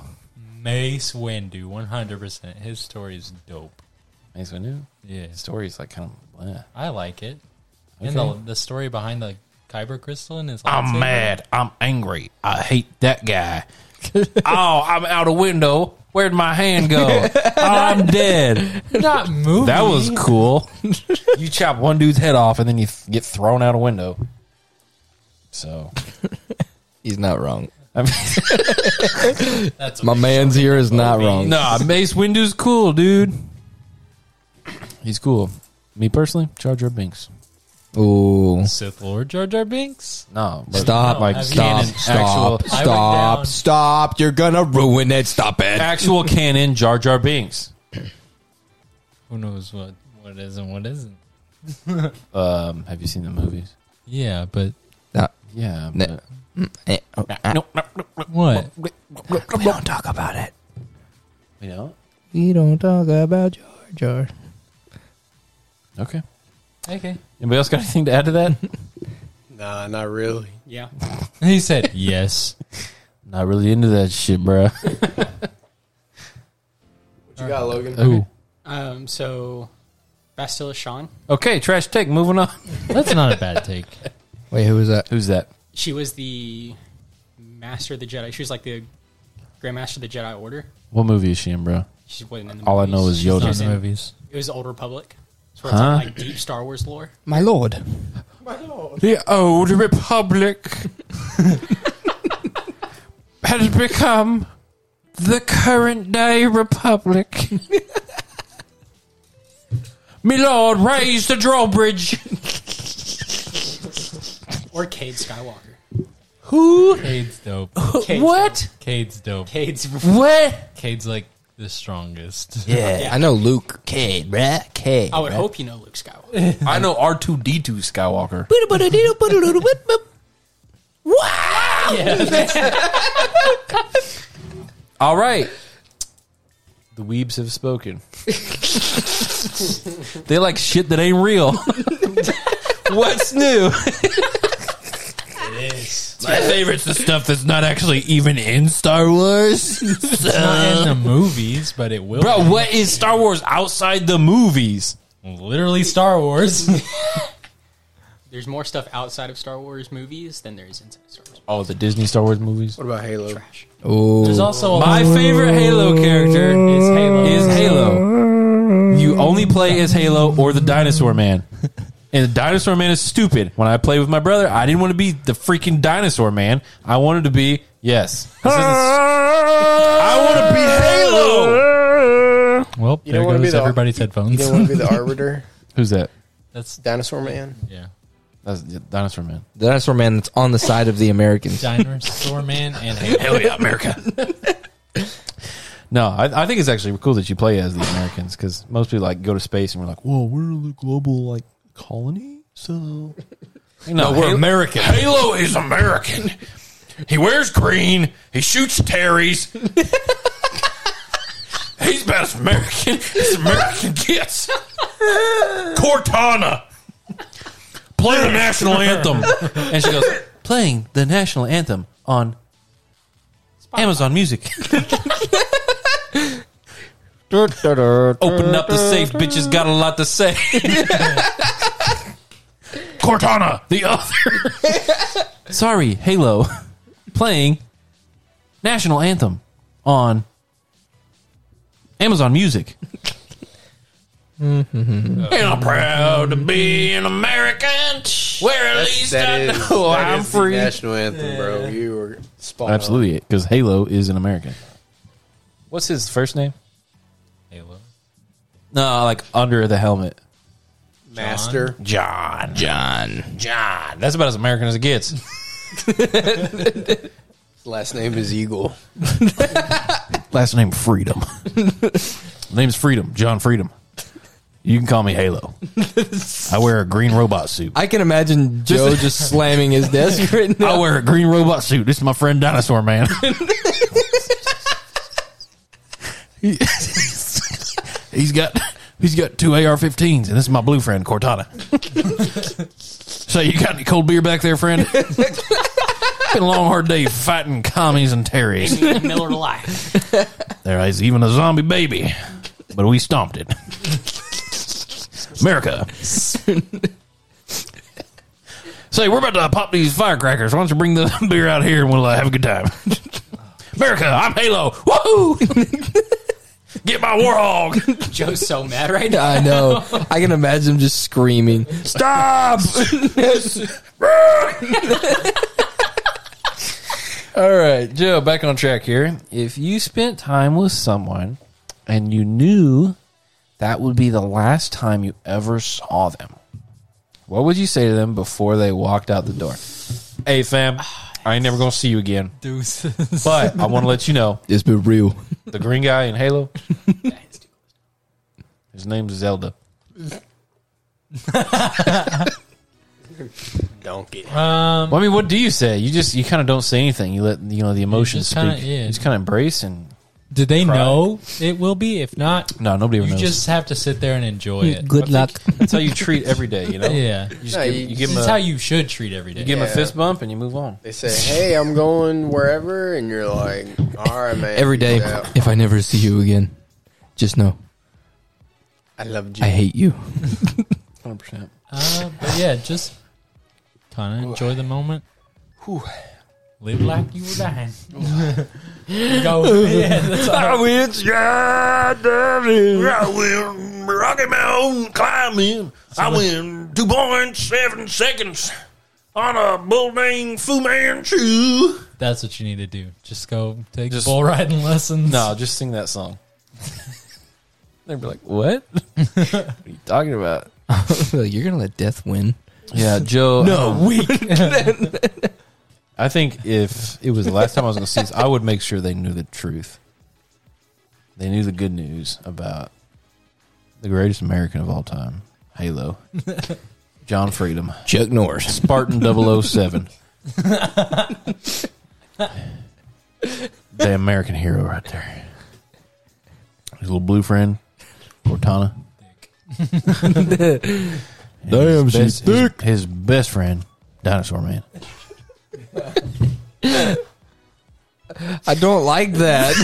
Speaker 3: Mace Windu, 100%. His story is dope.
Speaker 1: Mace Windu.
Speaker 3: Yeah.
Speaker 1: His story is like kind of. eh. bleh.
Speaker 3: I like it. And the, the story behind the Kyber crystal and his
Speaker 1: I'm
Speaker 3: lightsaber.
Speaker 1: mad. I'm angry. I hate that guy. oh, I'm out a window. Where'd my hand go? oh, I'm dead.
Speaker 3: Not movie.
Speaker 1: That was cool. you chop one dude's head off and then you th- get thrown out a window. So,
Speaker 4: He's not wrong.
Speaker 1: I mean,
Speaker 3: That's
Speaker 4: My man's here is not wrong.
Speaker 1: nah, Mace Windu's cool, dude. He's cool. Me personally, Jar Jar Binks.
Speaker 4: Ooh.
Speaker 3: Sith Lord Jar Jar Binks.
Speaker 1: No, but
Speaker 4: Stop.
Speaker 3: No, I've-
Speaker 4: stop.
Speaker 1: Canon,
Speaker 4: Stop.
Speaker 1: actual-
Speaker 3: I went down.
Speaker 4: Stop. Stop. You're going to ruin it. Stop it.
Speaker 1: actual canon Jar Jar Binks.
Speaker 3: Who knows what what is and what isn't?
Speaker 1: Um, have you seen the movies?
Speaker 3: Yeah, but
Speaker 4: Uh,
Speaker 1: Yeah,
Speaker 4: No.
Speaker 1: but-
Speaker 4: eh, oh, ah,
Speaker 3: what?
Speaker 4: we don't talk about it.
Speaker 1: you know.
Speaker 4: We don't talk about Jar Jar.
Speaker 1: Okay.
Speaker 3: Okay.
Speaker 1: Anybody else got anything to add to that?
Speaker 2: Nah, not really.
Speaker 14: Yeah.
Speaker 3: He said yes.
Speaker 1: Not really into that shit, bruh.
Speaker 2: What you got, Logan?
Speaker 1: Ooh.
Speaker 14: Um, so, Bastilla Sean,
Speaker 1: Okay, trash take. Moving on.
Speaker 3: That's not a bad take.
Speaker 4: Wait, who was that?
Speaker 1: Who's that?
Speaker 14: she was the Master of the Jedi. She was like the Grand Master of the Jedi Order.
Speaker 1: What movie is she in, bro?
Speaker 14: She wasn't in the
Speaker 1: All I
Speaker 14: movies.
Speaker 1: know is
Speaker 14: She was
Speaker 1: Yoda.
Speaker 3: Not
Speaker 14: just
Speaker 3: in the
Speaker 14: in-
Speaker 3: movies.
Speaker 14: It was Old Republic. So it's
Speaker 1: Huh?
Speaker 14: like, like deep Star Wars lore.
Speaker 4: My lord.
Speaker 1: The old republic has become the current day republic. Me lord, raise the drawbridge.
Speaker 14: Or Cade Skywalker.
Speaker 1: Who?
Speaker 3: Cade's dope.
Speaker 14: Cade's
Speaker 1: What?
Speaker 3: Cade's dope.
Speaker 14: Cade's
Speaker 1: What?
Speaker 3: Cade's like the strongest.
Speaker 4: Yeah. Oh. I know Luke. Kid, bruh. Kid.
Speaker 14: I would hope you know Luke Skywalker.
Speaker 1: I know R two D two Skywalker. All right. The weebs have spoken. they like shit that ain't real. What's new?
Speaker 14: It is.
Speaker 15: My favorite's the stuff that's not actually even in Star Wars.
Speaker 3: It's not in the movies, but it will.
Speaker 15: Bro,
Speaker 3: be.
Speaker 15: what is Star Wars outside the movies?
Speaker 3: Literally Star Wars.
Speaker 14: There's more stuff outside of Star Wars movies than there is inside Star Wars.
Speaker 1: Oh, the Disney Star Wars movies.
Speaker 2: What about Halo?
Speaker 1: Oh,
Speaker 14: There's also a-
Speaker 1: my favorite Halo character is Halo. Is Halo. You only play as Halo or the Dinosaur Man, and the Dinosaur Man is stupid. When I played with my brother, I didn't want to be the freaking Dinosaur Man. I wanted to be yes. This is a- I want to be Halo.
Speaker 3: Well,
Speaker 2: don't
Speaker 3: Oh, there
Speaker 2: wanna be
Speaker 3: goes
Speaker 2: the-
Speaker 3: everybody's
Speaker 2: You
Speaker 3: headphones.
Speaker 2: don't want to be the arbiter,
Speaker 1: Who's that?
Speaker 3: That's
Speaker 2: dinosaur man.
Speaker 3: yeah.
Speaker 1: That's the Dinosaur Man.
Speaker 4: The dinosaur man that's on the side of the Americans.
Speaker 3: Dinosaur Man and Halo.
Speaker 15: Hell yeah, America.
Speaker 1: No, I, I think it's actually cool that you play as the Americans because most people like go to space and we're like, whoa, we're the global like colony, so no,
Speaker 15: we're
Speaker 1: American.
Speaker 15: Halo is American. He wears green. He shoots Terry's. He's about as American as American gets. Cortana. Play the national anthem.
Speaker 1: And she goes playing the national anthem on Amazon Music. Open up the safe, bitches got a lot to say.
Speaker 15: Cortana, the other.
Speaker 1: Sorry, Halo, playing national anthem on Amazon Music.
Speaker 15: And I'm proud to be an American. Where at least I
Speaker 2: That is,
Speaker 15: know
Speaker 2: that
Speaker 15: I'm
Speaker 2: is the
Speaker 15: free.
Speaker 2: national anthem, bro. You were spot on.
Speaker 1: Absolutely, because Halo is an American. What's his first name?
Speaker 3: Halo.
Speaker 1: No, like under the helmet.
Speaker 2: master.
Speaker 15: John. John. John.
Speaker 1: That's about as American as it gets.
Speaker 2: His Last name is Eagle.
Speaker 1: Last name Freedom. Name's Freedom. John Freedom. You can call me Halo. I wear a green robot suit.
Speaker 4: I can imagine Joe just slamming his desk right now.
Speaker 1: I wear a green robot suit. This is my friend Dinosaur Man. He- he's got he's got two AR-15s, and this is my blue friend Cortana. so you got any cold beer back there, friend? Been a long hard day fighting commies and terrorists.
Speaker 14: Miller Life.
Speaker 1: There is even a zombie baby, but we stomped it. America. Say, we're about to pop these firecrackers. Why don't you bring the beer out here and we'll uh, have a good time? America, I'm Halo. Woohoo! Get my war hog.
Speaker 14: Joe's so mad right now.
Speaker 4: I know. I can imagine him just screaming.
Speaker 15: Stop!
Speaker 1: All right, Joe, back on track here. If you spent time with someone and you knew that would be the last time you ever saw them, what would you say to them before they walked out the door? Hey, fam, I ain't never going to see you again,
Speaker 3: Deuces.
Speaker 1: but I want to let you know
Speaker 4: It's been real.
Speaker 1: the green guy in Halo, his name's Zelda.
Speaker 2: Donkey.
Speaker 3: Um,
Speaker 1: Well, I mean, what do you say? You just, you kind of don't say anything. You let, you know, the emotions
Speaker 3: just kinda-
Speaker 1: speak.
Speaker 3: yeah.
Speaker 1: You just kind of embrace and,
Speaker 3: do they know it will be? If not,
Speaker 1: no, nobody even
Speaker 3: you
Speaker 1: knows.
Speaker 3: just have to sit there and enjoy it.
Speaker 4: Good luck.
Speaker 1: that's how you treat every day, you know?
Speaker 3: Yeah.
Speaker 1: You just
Speaker 2: No,
Speaker 1: give,
Speaker 2: you-
Speaker 1: you give
Speaker 3: This
Speaker 1: 'em
Speaker 3: is
Speaker 1: a-
Speaker 3: how you should treat every day.
Speaker 1: You give him
Speaker 2: Yeah.
Speaker 1: a fist bump and you move on.
Speaker 2: They say, "Hey, I'm going wherever," and you're like, "All right, man."
Speaker 4: Every day,
Speaker 2: Yeah.
Speaker 4: if I never see you again, just know
Speaker 2: I loved you.
Speaker 4: I hate you.
Speaker 1: 100%.
Speaker 3: Uh, but yeah, just kind of enjoy the moment. Live like you were dying. Go, yeah, that's all.
Speaker 15: I win Rocky Mountain climbing. I win two point seven seconds on a bulldang Fu Manchu.
Speaker 3: That's what you need to do. Just go take
Speaker 1: Just-
Speaker 3: bull riding lessons.
Speaker 1: No, just sing that song. They'd be like, what? what are you talking about?
Speaker 4: Like, You're gonna let death win.
Speaker 1: Yeah, Joe.
Speaker 4: No,
Speaker 1: um, I think if it was the last time I was going to see this, I would make sure they knew the truth. They knew the good news about the greatest American of all time, Halo, John Freedom.
Speaker 4: Chuck Norris.
Speaker 1: Spartan 007. the American hero right there. His little blue friend, Cortana. And
Speaker 4: Damn,
Speaker 1: his
Speaker 4: she's
Speaker 1: best- his- His, best friend, Dinosaur Man.
Speaker 4: I don't like that.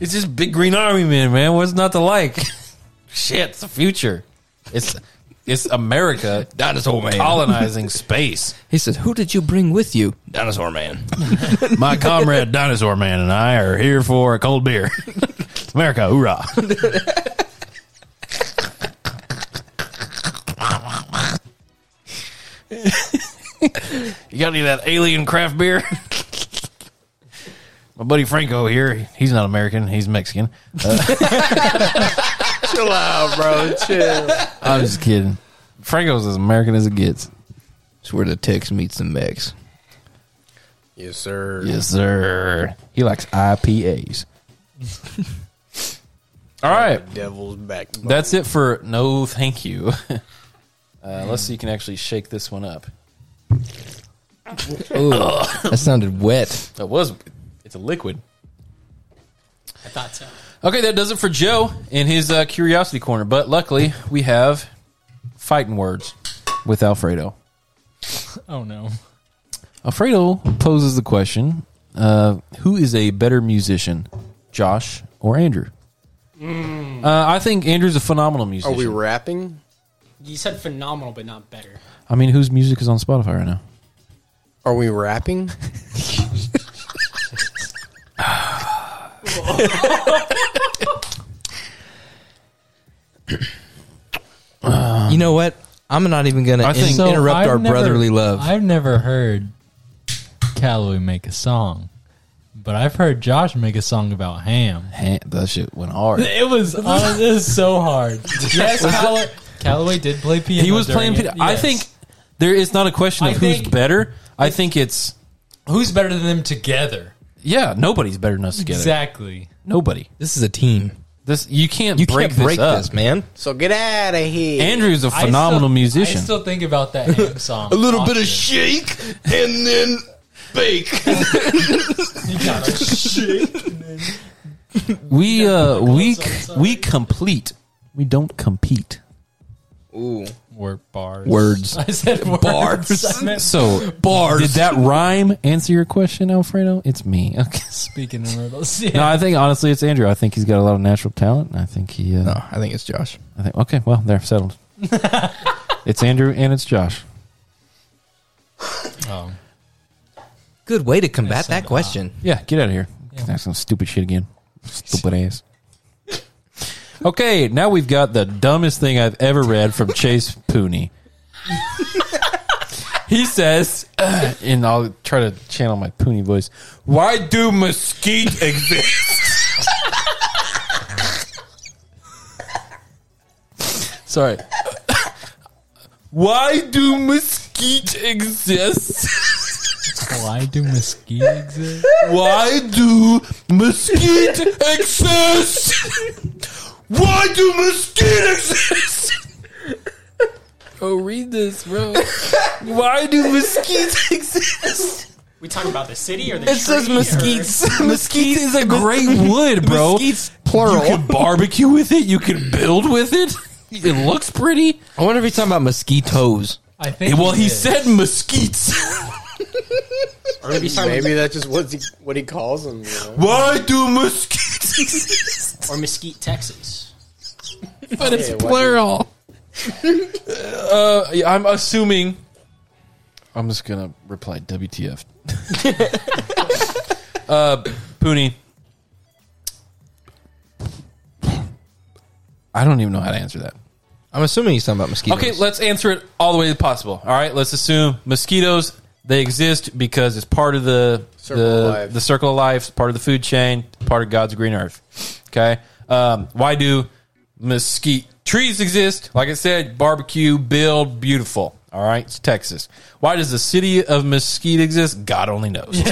Speaker 1: It's just big green army man, man. What's not to like? Shit, it's the future. It's it's America
Speaker 4: Dinosaur man.
Speaker 1: colonizing space.
Speaker 4: He said, "Who did you bring with you?"
Speaker 1: Dinosaur man. My comrade Dinosaur Man and I are here for a cold beer. America, hoorah. you got any of that alien craft beer? My buddy Franco here, he's not American, he's Mexican. Uh,
Speaker 2: Chill out, bro. Chill.
Speaker 1: I'm just kidding. Franco's as American as it gets.
Speaker 4: It's where the Tex meets the Mex.
Speaker 2: Yes, sir.
Speaker 1: Yes, sir. He likes IPAs. All right.
Speaker 2: Devil's backbone.
Speaker 1: That's it for no thank you. Uh, let's see you can actually shake this one up.
Speaker 4: That sounded wet.
Speaker 1: That was it's a liquid.
Speaker 14: I thought so.
Speaker 1: Okay, that does it for Joe in his uh, curiosity corner. But luckily, we have fighting words with Alfredo.
Speaker 3: Oh no.
Speaker 1: Alfredo poses the question: uh, Who is a better musician, Josh or Andrew? Uh, I think Andrew's a phenomenal
Speaker 2: Mm. Are
Speaker 1: musician.
Speaker 2: we rapping?
Speaker 14: You said phenomenal, but not better.
Speaker 1: I mean, whose music is on Spotify right now?
Speaker 2: Are we rapping?
Speaker 4: you know what? I'm not even gonna
Speaker 1: I
Speaker 4: in-
Speaker 1: think-
Speaker 3: So
Speaker 4: interrupt
Speaker 3: I've
Speaker 4: our
Speaker 3: never-
Speaker 4: brotherly love.
Speaker 3: I've never heard Calloway make a song, but I've heard Josh make a song about ham.
Speaker 1: Eh, That shit went hard.
Speaker 3: It was uh, it was so hard. Yes, Calloway, Calloway did play piano.
Speaker 1: he was
Speaker 3: during
Speaker 1: playing. Peter.
Speaker 3: it,
Speaker 1: I
Speaker 3: yes.
Speaker 1: think there is not a question
Speaker 3: I
Speaker 1: of who's
Speaker 3: think-
Speaker 1: better. I think it's
Speaker 3: who's better than them together?
Speaker 1: yeah. Nobody's better than us together.
Speaker 3: Exactly.
Speaker 1: Nobody.
Speaker 4: this is a team.
Speaker 1: This you can't
Speaker 4: You
Speaker 1: break
Speaker 4: can't
Speaker 1: this
Speaker 4: break
Speaker 1: up.
Speaker 4: this, man.
Speaker 2: So get out of here.
Speaker 1: Andrew's a
Speaker 3: I
Speaker 1: phenomenal
Speaker 3: still-
Speaker 1: musician.
Speaker 3: I still think about that ham song.
Speaker 4: A little bit of
Speaker 3: often.
Speaker 4: shake and then bake.
Speaker 3: You gotta shake.
Speaker 1: we uh we
Speaker 3: I'm sorry.
Speaker 1: we complete. We don't compete.
Speaker 3: Word bars.
Speaker 4: Words.
Speaker 3: I said words.
Speaker 4: Bars.
Speaker 3: I meant
Speaker 1: So
Speaker 4: Bars.
Speaker 1: did that rhyme answer your question, Alfredo? It's me. Okay.
Speaker 3: speaking in riddles. Yeah.
Speaker 1: No, I think honestly, it's Andrew. I think he's got a lot of natural talent. and I think he. Uh,
Speaker 4: No, I think it's Josh.
Speaker 1: I think okay. Well, they're settled. it's Andrew and it's Josh.
Speaker 3: Oh.
Speaker 4: Good way to combat that
Speaker 3: sounded
Speaker 4: question.
Speaker 1: Yeah, get out of here. That's some stupid shit again. Stupid ass. Okay, now we've got the dumbest thing I've ever read from Chase Pooney. he says, uh, and I'll try to channel my Pooney voice. Why do mesquite exist? Sorry. Why do mesquite exist?
Speaker 3: Why do mosquitoes exist?
Speaker 1: Why do mesquite exist? Why do mesquite exist?
Speaker 3: Oh, read this, bro.
Speaker 1: Why do mesquite exist?
Speaker 14: We talking about the city or the
Speaker 4: It says
Speaker 14: tree, or-
Speaker 4: mesquites.
Speaker 1: Mesquite is a great wood, bro.
Speaker 4: Mesquites,
Speaker 1: You
Speaker 4: plural.
Speaker 1: can barbecue with it. You can build with it. It looks pretty.
Speaker 4: I wonder if he's talking about mosquitoes.
Speaker 3: I think.
Speaker 1: well, he
Speaker 3: did.
Speaker 1: said mesquites.
Speaker 14: Or maybe something-
Speaker 2: Maybe that's just what he, what he calls them. You know?
Speaker 1: Why do mesquites exist?
Speaker 14: or Mesquite, Texas.
Speaker 1: But it's
Speaker 2: Yeah, why do-
Speaker 1: plural. uh, yeah, I'm assuming. I'm just gonna reply WTF. uh, Pooney. I don't even know how to answer that.
Speaker 4: I'm assuming he's talking about mosquitoes.
Speaker 1: Okay, let's answer it all the way possible. All right, let's assume mosquitoes they exist because it's part of the
Speaker 2: Circle
Speaker 1: the,
Speaker 2: of life.
Speaker 1: the circle of life, part of the food chain, part of God's green earth. Okay, um, why do mesquite trees exist? Like I said, barbecue, build, beautiful. All right, it's Texas. Why does the city of Mesquite exist? God only knows.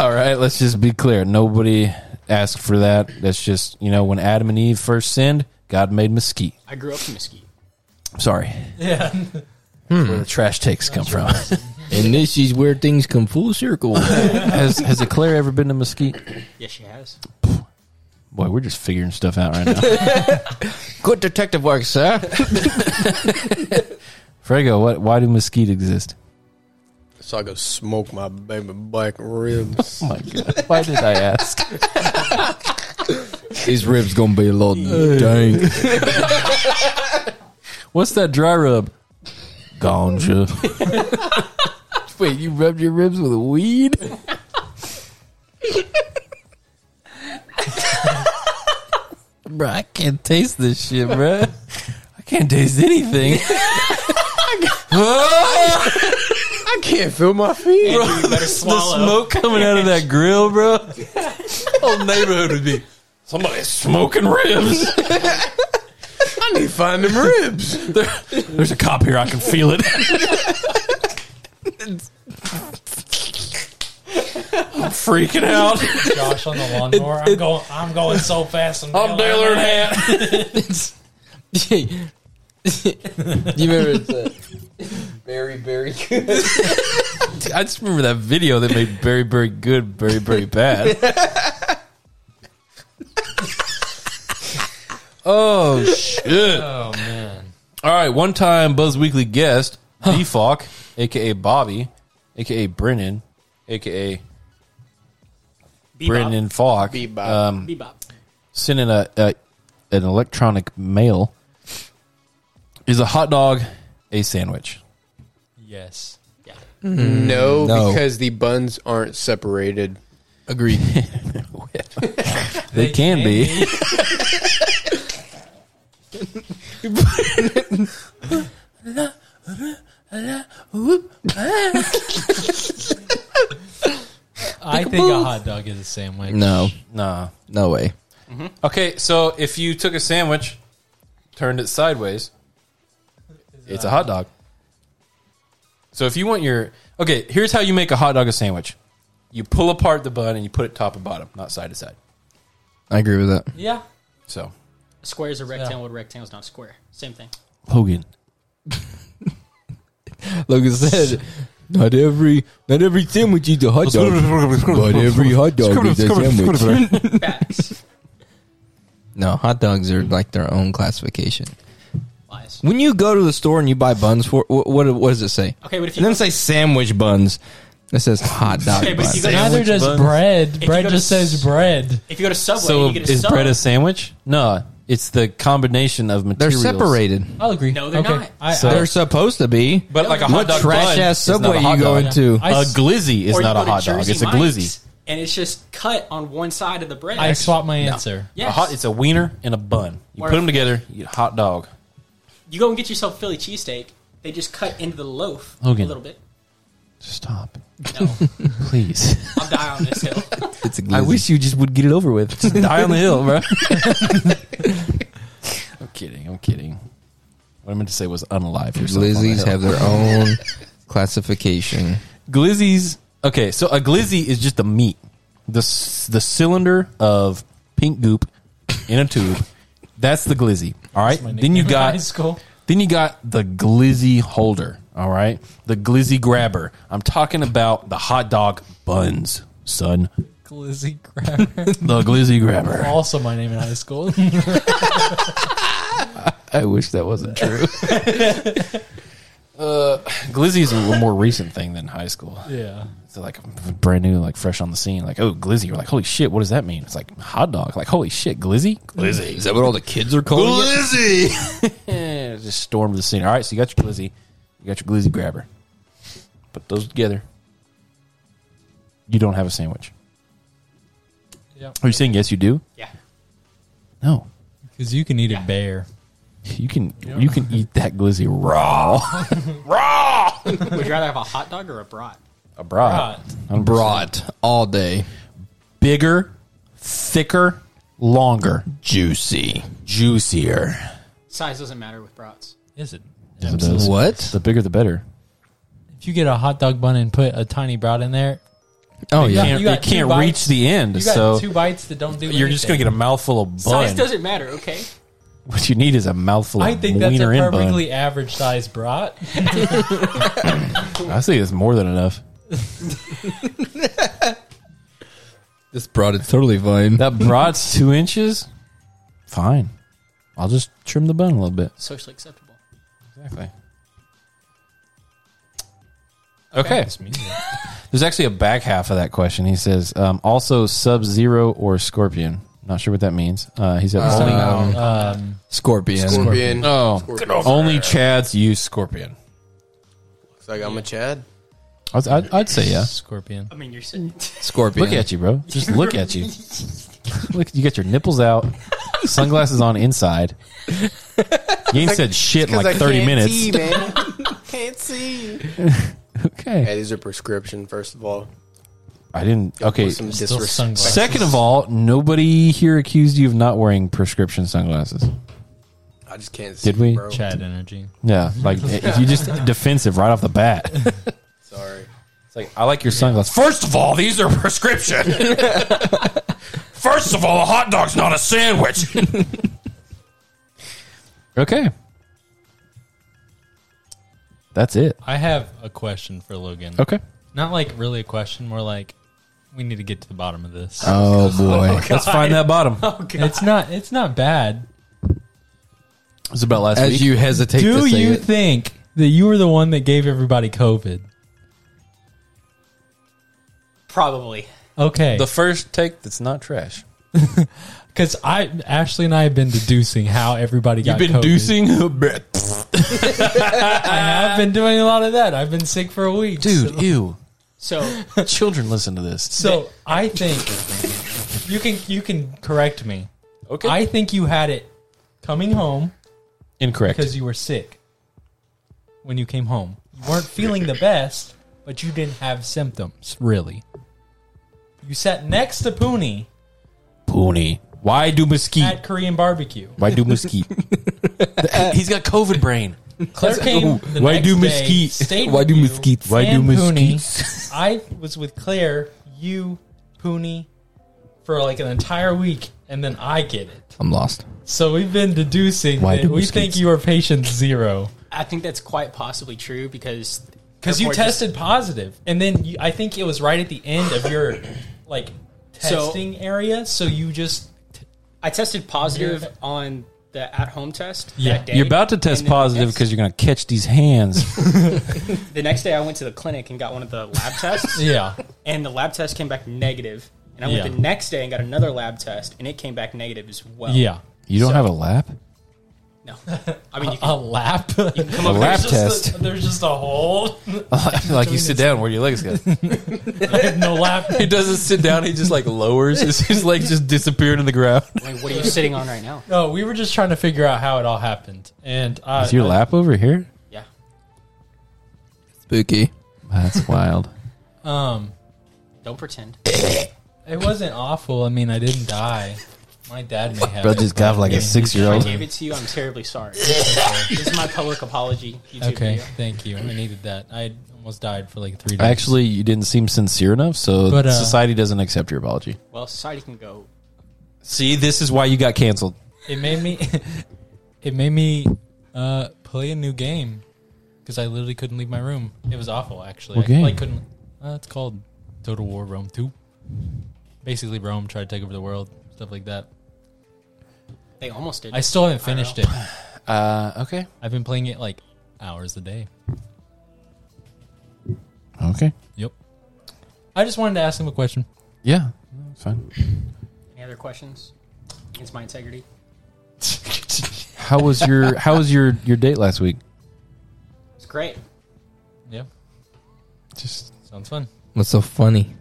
Speaker 1: All right, let's just be clear. Nobody asked for that. That's just you know when Adam and Eve first sinned, God made mesquite.
Speaker 14: I grew up in Mesquite.
Speaker 1: Sorry. Yeah. Where the trash takes come from.
Speaker 4: and this is where things come full circle.
Speaker 1: has has Eclair ever been to Mesquite?
Speaker 14: Yes, she has.
Speaker 1: Boy, we're just figuring stuff out right now.
Speaker 4: Good detective work, sir.
Speaker 1: Frego, what? Why do mesquite exist?
Speaker 2: So I go smoke my baby back ribs.
Speaker 1: oh my god! Why did I ask?
Speaker 4: These ribs gonna be a little dang.
Speaker 1: What's that dry rub? Ganja.
Speaker 4: Wait, you rubbed your ribs with weed?
Speaker 1: bro, I can't taste this shit, bro. I can't taste anything.
Speaker 2: I can't feel my feet.
Speaker 14: You better
Speaker 1: the
Speaker 14: swallow.
Speaker 1: smoke coming out of that grill, bro. Whole neighborhood would be
Speaker 15: Somebody's smoking ribs.
Speaker 2: I need to find them ribs.
Speaker 15: There's a cop here. I can feel it. I'm freaking out.
Speaker 3: Josh on the lawnmower. I'm going. I'm going so fast. I'm,
Speaker 15: I'm Dale Earnhardt.
Speaker 4: you remember it's uh,
Speaker 2: Very, very good.
Speaker 1: I just remember that video that made very, very good, very, very bad. oh shit!
Speaker 3: Oh man.
Speaker 1: All right, one time Buzz Weekly guest D Falk, aka Bobby, aka Brennan, aka Brennan Falk,
Speaker 2: Bebop.
Speaker 1: um,
Speaker 14: Bebop.
Speaker 1: sent in a, a an electronic mail. Is a hot dog a sandwich?
Speaker 3: Yes.
Speaker 2: No,
Speaker 4: No.
Speaker 2: because the buns aren't separated.
Speaker 4: agreed.
Speaker 1: They, can, be.
Speaker 3: I think a hot dog is a sandwich.
Speaker 4: No,
Speaker 1: Nah.
Speaker 4: no way.
Speaker 1: Okay, so if you took a sandwich, turned it sideways, it's a hot dog. So if you want your okay, here's how you make a hot dog a sandwich: you pull apart the bun and you put it top and bottom, not side to side.
Speaker 4: I agree with that.
Speaker 3: Yeah.
Speaker 1: So
Speaker 14: Square is a rectangle. Rectangle is not square. Same thing.
Speaker 1: Logan,
Speaker 4: Logan said, "Not every, not every sandwich is a hot dog, but every hot dog is a sandwich."
Speaker 14: Facts.
Speaker 4: No, hot dogs are like their own classification.
Speaker 14: Lies.
Speaker 4: When you go to the store and you buy buns for what? What, what does it say?
Speaker 14: Okay, but if
Speaker 4: It
Speaker 14: you go,
Speaker 4: doesn't say sandwich buns. It says hot dog
Speaker 14: Okay, but if
Speaker 4: buns.
Speaker 14: you go-
Speaker 3: Neither does bread.
Speaker 14: you
Speaker 3: Bread
Speaker 14: go to
Speaker 3: just says
Speaker 14: s-
Speaker 3: bread.
Speaker 14: if you go to Subway,
Speaker 1: so
Speaker 14: you get a
Speaker 1: is
Speaker 14: sub.
Speaker 1: bread a sandwich? No, it's the combination of
Speaker 4: They're
Speaker 1: materials.
Speaker 4: separated.
Speaker 3: I'll agree.
Speaker 14: No, they're not.
Speaker 3: I,
Speaker 1: So-
Speaker 3: I-
Speaker 4: They're supposed to be.
Speaker 1: But like a hot
Speaker 4: What
Speaker 1: dog
Speaker 4: trash
Speaker 1: bun
Speaker 4: ass
Speaker 1: is not a
Speaker 4: subway
Speaker 1: hot
Speaker 4: you go
Speaker 1: dog.
Speaker 4: into?
Speaker 3: I
Speaker 1: a
Speaker 3: s-
Speaker 1: glizzy is
Speaker 14: or you
Speaker 1: not a
Speaker 14: go to
Speaker 1: hot dog.
Speaker 14: Jersey
Speaker 1: It's a
Speaker 14: Mike's,
Speaker 1: glizzy.
Speaker 14: and it's just cut on one side of the bread.
Speaker 3: I swap my answer.
Speaker 1: A
Speaker 14: Yes.
Speaker 1: hot, it's a wiener and a bun. You
Speaker 14: Or-
Speaker 1: put them together, you get a hot dog.
Speaker 14: you go and get yourself Philly cheesesteak. They just cut into the loaf
Speaker 1: Logan.
Speaker 14: a little bit.
Speaker 1: Stop,
Speaker 14: No,
Speaker 1: please.
Speaker 14: I'll die on this hill.
Speaker 4: It's a
Speaker 1: I
Speaker 4: glizzy.
Speaker 1: wish you just would get it over with. Just die on the hill, bro. I'm kidding. I'm kidding. What I meant to say was unalive. yourself on the
Speaker 4: glizzies
Speaker 1: hill.
Speaker 4: have their own classification.
Speaker 1: glizzies. Okay, so a glizzy is just a meat, the s- the cylinder of pink goop in a tube. That's the glizzy. All right. Then you
Speaker 3: In
Speaker 1: got
Speaker 3: high school.
Speaker 1: Then you got the glizzy holder, all right? The glizzy grabber. I'm talking about the hot dog buns, son.
Speaker 3: Glizzy grabber.
Speaker 1: The glizzy grabber.
Speaker 3: also my name in high school.
Speaker 1: I wish that wasn't true. uh, glizzy is a more recent thing than high school.
Speaker 3: yeah.
Speaker 1: It's like brand new, like fresh on the scene. Like, oh, glizzy. You're like, holy shit, what does that mean? It's like hot dog. Like, holy shit, glizzy? Glizzy.
Speaker 4: Is that what all the kids are calling it?
Speaker 1: Eh, just stormed the scene. All right, so you got your glizzy. You got your glizzy grabber. Put those together. You don't have a sandwich.
Speaker 3: Yep.
Speaker 1: Are you saying yes, you do?
Speaker 14: Yeah.
Speaker 1: No,
Speaker 3: Because you can eat a bear.
Speaker 1: you can you can eat that glizzy raw.
Speaker 14: Would you rather have a hot dog or a brat?
Speaker 1: A brat,
Speaker 3: Brat.
Speaker 4: Brought all day,
Speaker 1: bigger, thicker, longer,
Speaker 4: juicy.
Speaker 1: juicier.
Speaker 14: Size doesn't matter with brats.
Speaker 3: Is it?
Speaker 4: What?
Speaker 1: The bigger, the better.
Speaker 3: If you get a hot dog bun and put a tiny brat in there,
Speaker 4: Oh yeah.
Speaker 3: You got-
Speaker 1: Can't, you
Speaker 3: two
Speaker 1: can't
Speaker 3: bites.
Speaker 1: reach the end,
Speaker 3: you got
Speaker 1: so
Speaker 3: two bites that don't do.
Speaker 1: you're just gonna
Speaker 3: anything.
Speaker 1: get a mouthful of
Speaker 14: Size
Speaker 1: bun.
Speaker 14: doesn't matter. Okay.
Speaker 1: What you need is a mouthful.
Speaker 3: I
Speaker 1: of
Speaker 3: think that's a
Speaker 1: wiener and bun.
Speaker 3: perfectly average sized brat.
Speaker 1: I think it's more than enough.
Speaker 4: This brought it's totally fine.
Speaker 1: That brat's two inches. Fine, I'll just trim the bun a little bit.
Speaker 14: Socially acceptable.
Speaker 1: Exactly. Okay. There's actually a back half of that question. He says, um, also Sub Zero or Scorpion. Not sure what that means. Uh, he said,
Speaker 2: Oh.
Speaker 1: only
Speaker 2: Um,
Speaker 1: Scorpion.
Speaker 2: Scorpion.
Speaker 1: Oh,
Speaker 2: Scorpion. Get over
Speaker 1: only
Speaker 2: there.
Speaker 1: Chads use Scorpion.
Speaker 2: Looks like I'm a Chad.
Speaker 1: I'd, I'd, I'd say yeah.
Speaker 3: Scorpion.
Speaker 14: I mean, you're sitting.
Speaker 2: Scorpion.
Speaker 1: Look at you, bro. Just look at you. Look, you got your nipples out, sunglasses on inside. You ain't said shit in like 30 minutes.
Speaker 2: can't see.
Speaker 1: okay.
Speaker 2: Hey, these are prescription. First of all,
Speaker 1: I didn't. Okay.
Speaker 2: With some Still disrespect. sunglasses.
Speaker 1: Second of all, nobody here accused you of not wearing prescription sunglasses.
Speaker 2: I just can't. see,
Speaker 1: Did we?
Speaker 2: Bro.
Speaker 3: Chad energy.
Speaker 1: Yeah, like if you just defensive right off the bat.
Speaker 2: Sorry.
Speaker 1: It's like I like your sunglasses. First of all, these are prescription.
Speaker 15: First of all, a hot dog's not a sandwich.
Speaker 1: okay. That's it.
Speaker 3: I have a question for Logan.
Speaker 1: Okay.
Speaker 3: Not like really a question, more like we need to get to the bottom of this.
Speaker 1: Oh boy, let's find that bottom.
Speaker 14: Oh,
Speaker 3: It's not it's not bad.
Speaker 1: It's about last
Speaker 4: As
Speaker 1: week.
Speaker 4: you hesitate
Speaker 3: Do
Speaker 4: to say
Speaker 3: you
Speaker 4: it.
Speaker 3: think that you were the one that gave everybody COVID?
Speaker 14: Probably.
Speaker 3: Okay.
Speaker 1: the first take that's not trash.
Speaker 3: Because I Ashley and I have been deducing how everybody got COVID. I have been doing a lot of that. I've been sick for a week.
Speaker 1: dude. Ew.
Speaker 14: So
Speaker 1: Children, listen to this.
Speaker 3: So I think you can you can correct me.
Speaker 1: Okay.
Speaker 3: I think you had it coming home
Speaker 1: Incorrect.
Speaker 3: because you were sick when you came home. You weren't feeling the best, but you didn't have symptoms really. You sat next to Pooney
Speaker 1: Poony. Why do mesquite?
Speaker 3: at Korean barbecue.
Speaker 1: Why do mesquite? He's got COVID brain.
Speaker 3: Claire came. The
Speaker 1: Why
Speaker 3: next
Speaker 1: do
Speaker 3: day,
Speaker 1: mesquite?
Speaker 3: stayed
Speaker 4: Why
Speaker 3: with
Speaker 4: do
Speaker 3: you
Speaker 4: mesquite?
Speaker 1: Why do
Speaker 3: and Pooney.
Speaker 1: mesquite?
Speaker 3: I was with Claire, you, Pooney, for like an entire week, and then I get it.
Speaker 4: I'm lost.
Speaker 3: So we've been deducing
Speaker 4: Why
Speaker 3: that
Speaker 4: do
Speaker 3: we
Speaker 4: mosquitoes-
Speaker 3: think you are patient zero
Speaker 14: I think that's quite possibly true because
Speaker 3: because you
Speaker 14: airport just-
Speaker 3: tested positive, and then you, I think it was right at the end of your like
Speaker 14: So-
Speaker 3: testing area. So you just
Speaker 14: I tested positive on the at-home test.
Speaker 3: Yeah.
Speaker 14: that day.
Speaker 1: You're about to test
Speaker 14: And then the
Speaker 1: positive
Speaker 14: next-
Speaker 1: because you're going to catch these hands.
Speaker 14: the next day I went to the clinic and got one of the lab tests,
Speaker 3: yeah.
Speaker 14: and the lab test came back negative. And I went
Speaker 3: Yeah.
Speaker 14: the next day and got another lab test, and it came back negative as well.
Speaker 3: Yeah,
Speaker 1: You don't have a lap?
Speaker 14: No, I mean you can
Speaker 3: a lap,
Speaker 14: come up
Speaker 1: A
Speaker 14: with
Speaker 1: lap
Speaker 3: There's just
Speaker 1: test.
Speaker 3: A, there's just a hole.
Speaker 1: like you sit down where your legs go.
Speaker 3: no lap.
Speaker 1: he doesn't sit down. He just like lowers. His, his legs just disappear into the ground.
Speaker 14: Like, what are you sitting on right now?
Speaker 3: No, we were just trying to figure out how it all happened, and I,
Speaker 1: Is your
Speaker 3: I-
Speaker 1: lap over here?
Speaker 14: Yeah.
Speaker 4: Spooky.
Speaker 1: That's wild.
Speaker 3: um,
Speaker 14: Don't pretend.
Speaker 3: it wasn't awful. I mean, I didn't die. My dad may have.
Speaker 1: Bro
Speaker 3: it,
Speaker 1: just got
Speaker 3: but-
Speaker 1: like a six year
Speaker 14: I
Speaker 1: old.
Speaker 14: gave it to you. I'm terribly sorry. this is my public apology. YouTube
Speaker 3: Okay,
Speaker 14: Video.
Speaker 3: thank you. I needed that. I almost died for like three days.
Speaker 1: Actually, you didn't seem sincere enough, so
Speaker 3: But, uh,
Speaker 1: society doesn't accept your apology.
Speaker 14: Well, society can go.
Speaker 1: See, this is why you got canceled.
Speaker 3: it made me. it made me uh, play a new game because I literally couldn't leave my room. It was awful. Actually,
Speaker 1: What
Speaker 3: I,
Speaker 1: game?
Speaker 3: Like, couldn't. Uh, it's called Total War Rome Two. Basically, Rome tried to take over the world, stuff like that.
Speaker 14: They almost did.
Speaker 3: I still haven't finished it.
Speaker 1: Uh, okay.
Speaker 3: I've been playing it like hours a day.
Speaker 1: Okay.
Speaker 3: Yep. I just wanted to ask him a question.
Speaker 1: Yeah. It's fine.
Speaker 14: Any other questions? It's my integrity.
Speaker 1: How was your How was your your date last week?
Speaker 14: It's great.
Speaker 3: Yeah,
Speaker 1: Just
Speaker 3: sounds fun.
Speaker 4: What's so funny?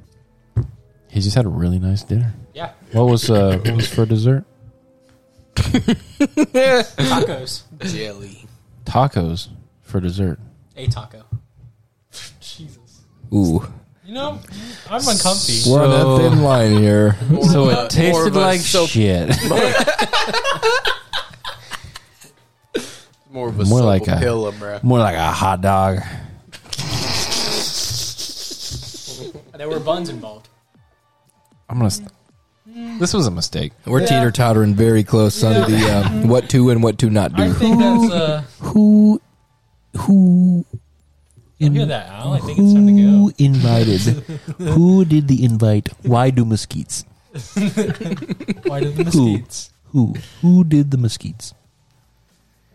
Speaker 1: he just had a really nice dinner.
Speaker 14: Yeah.
Speaker 1: What was uh what was for dessert?
Speaker 14: Tacos.
Speaker 2: Jelly.
Speaker 1: Tacos for dessert.
Speaker 14: A taco.
Speaker 3: Jesus.
Speaker 4: Ooh.
Speaker 3: You know, I'm uncomfy.
Speaker 4: We're on
Speaker 1: So-
Speaker 4: a thin line here.
Speaker 1: So it
Speaker 2: more
Speaker 1: tasted
Speaker 2: of a
Speaker 1: like
Speaker 2: soap-
Speaker 1: shit.
Speaker 2: More of a
Speaker 1: More
Speaker 2: more
Speaker 1: like a-
Speaker 2: pillow, bro.
Speaker 1: More like a hot dog.
Speaker 14: There were buns involved.
Speaker 1: I'm gonna. St- this was a mistake.
Speaker 4: We're teeter tottering very close under the uh, what to and what to not
Speaker 3: I
Speaker 4: do.
Speaker 3: think that's uh
Speaker 1: Who, who,
Speaker 3: you hear that, Al. I think it's time to go.
Speaker 1: invited? who did the invite? Why do mesquites?
Speaker 3: Why did the mesquites?
Speaker 1: Who, who did the mesquites?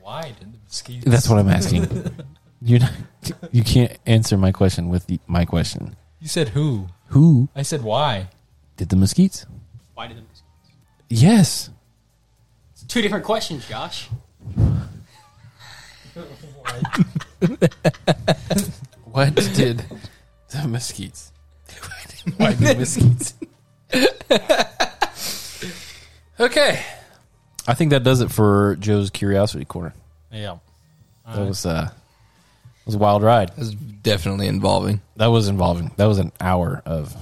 Speaker 3: Why did the mesquites?
Speaker 1: That's what I'm asking. You you can't answer my question with the, my question.
Speaker 3: You said who?
Speaker 1: Who
Speaker 3: I said why.
Speaker 1: did the mesquites?
Speaker 14: Why did them?
Speaker 1: Yes.
Speaker 14: It's two different questions, Josh.
Speaker 1: What did the mesquites? Why did mesquites?
Speaker 17: Okay.
Speaker 1: I think that does it for Joe's curiosity corner.
Speaker 3: Yeah.
Speaker 1: that was uh, it was a wild ride. That
Speaker 4: was definitely involving.
Speaker 1: That was involving. That was an hour of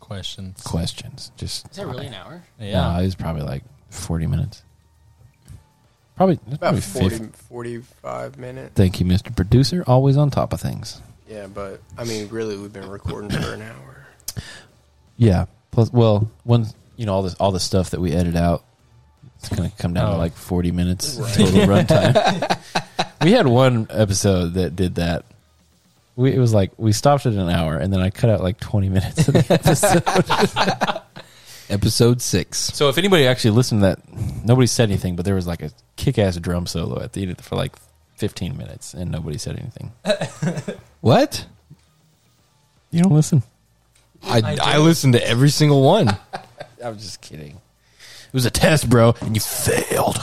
Speaker 3: Questions.
Speaker 1: questions. Just
Speaker 14: Is that really an hour?
Speaker 1: yeah, it was probably like forty minutes. Probably it's
Speaker 2: About
Speaker 1: probably
Speaker 2: 40,
Speaker 1: 50.
Speaker 2: 45 minutes.
Speaker 1: Thank you, Mr. Producer. Always on top of things.
Speaker 2: Yeah, but I mean, really, we've been recording for an hour.
Speaker 1: Yeah. Plus, well, when you know all this all the stuff that we edit out, it's gonna come down to
Speaker 3: Oh.
Speaker 1: like forty minutes total runtime. we had one episode that did that. We, it was like we stopped at an hour, and then I cut out like twenty minutes of the episode.
Speaker 4: Episode six.
Speaker 1: so if anybody actually listened to that, nobody said anything, but there was like a kick-ass drum solo at the end for like fifteen minutes, and nobody said anything.
Speaker 4: What?
Speaker 1: You don't listen.
Speaker 4: I, I, listened to every single one.
Speaker 1: I was just kidding. It was a test, bro, and you failed.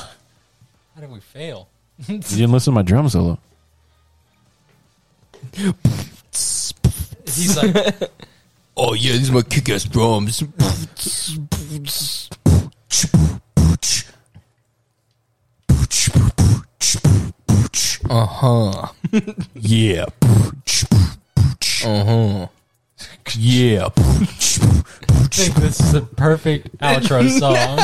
Speaker 3: How did we fail?
Speaker 1: You didn't listen to my drum solo.
Speaker 3: He's like,
Speaker 4: oh yeah, these are my kick-ass drums. Uh huh.
Speaker 1: Yeah.
Speaker 4: Uh huh.
Speaker 1: Yeah.
Speaker 3: I think this is the perfect outro song.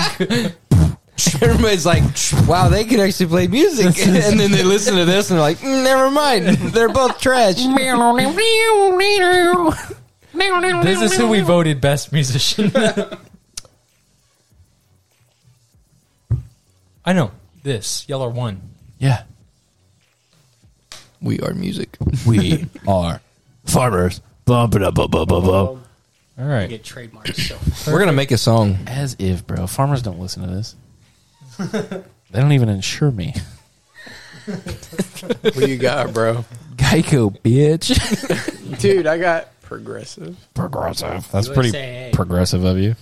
Speaker 4: Everybody's like, "Wow, they could actually play music," and then they listen to this and they're like, "Mm, "Never mind, they're both trash."
Speaker 3: this is who we voted best musician. I know this. Y'all are one.
Speaker 1: Yeah.
Speaker 4: we are music.
Speaker 1: We are farmers. Bump it up, bump, bump, bump, bump.
Speaker 3: All
Speaker 14: You
Speaker 3: right.
Speaker 14: get trademarked. So
Speaker 4: We're gonna make a song.
Speaker 1: As if, bro. Farmers don't listen to this. they don't even insure me.
Speaker 2: What do you got, bro?
Speaker 1: Geico, bitch.
Speaker 2: Dude, I got progressive.
Speaker 1: Progressive. That's
Speaker 14: USA.
Speaker 1: pretty progressive of you.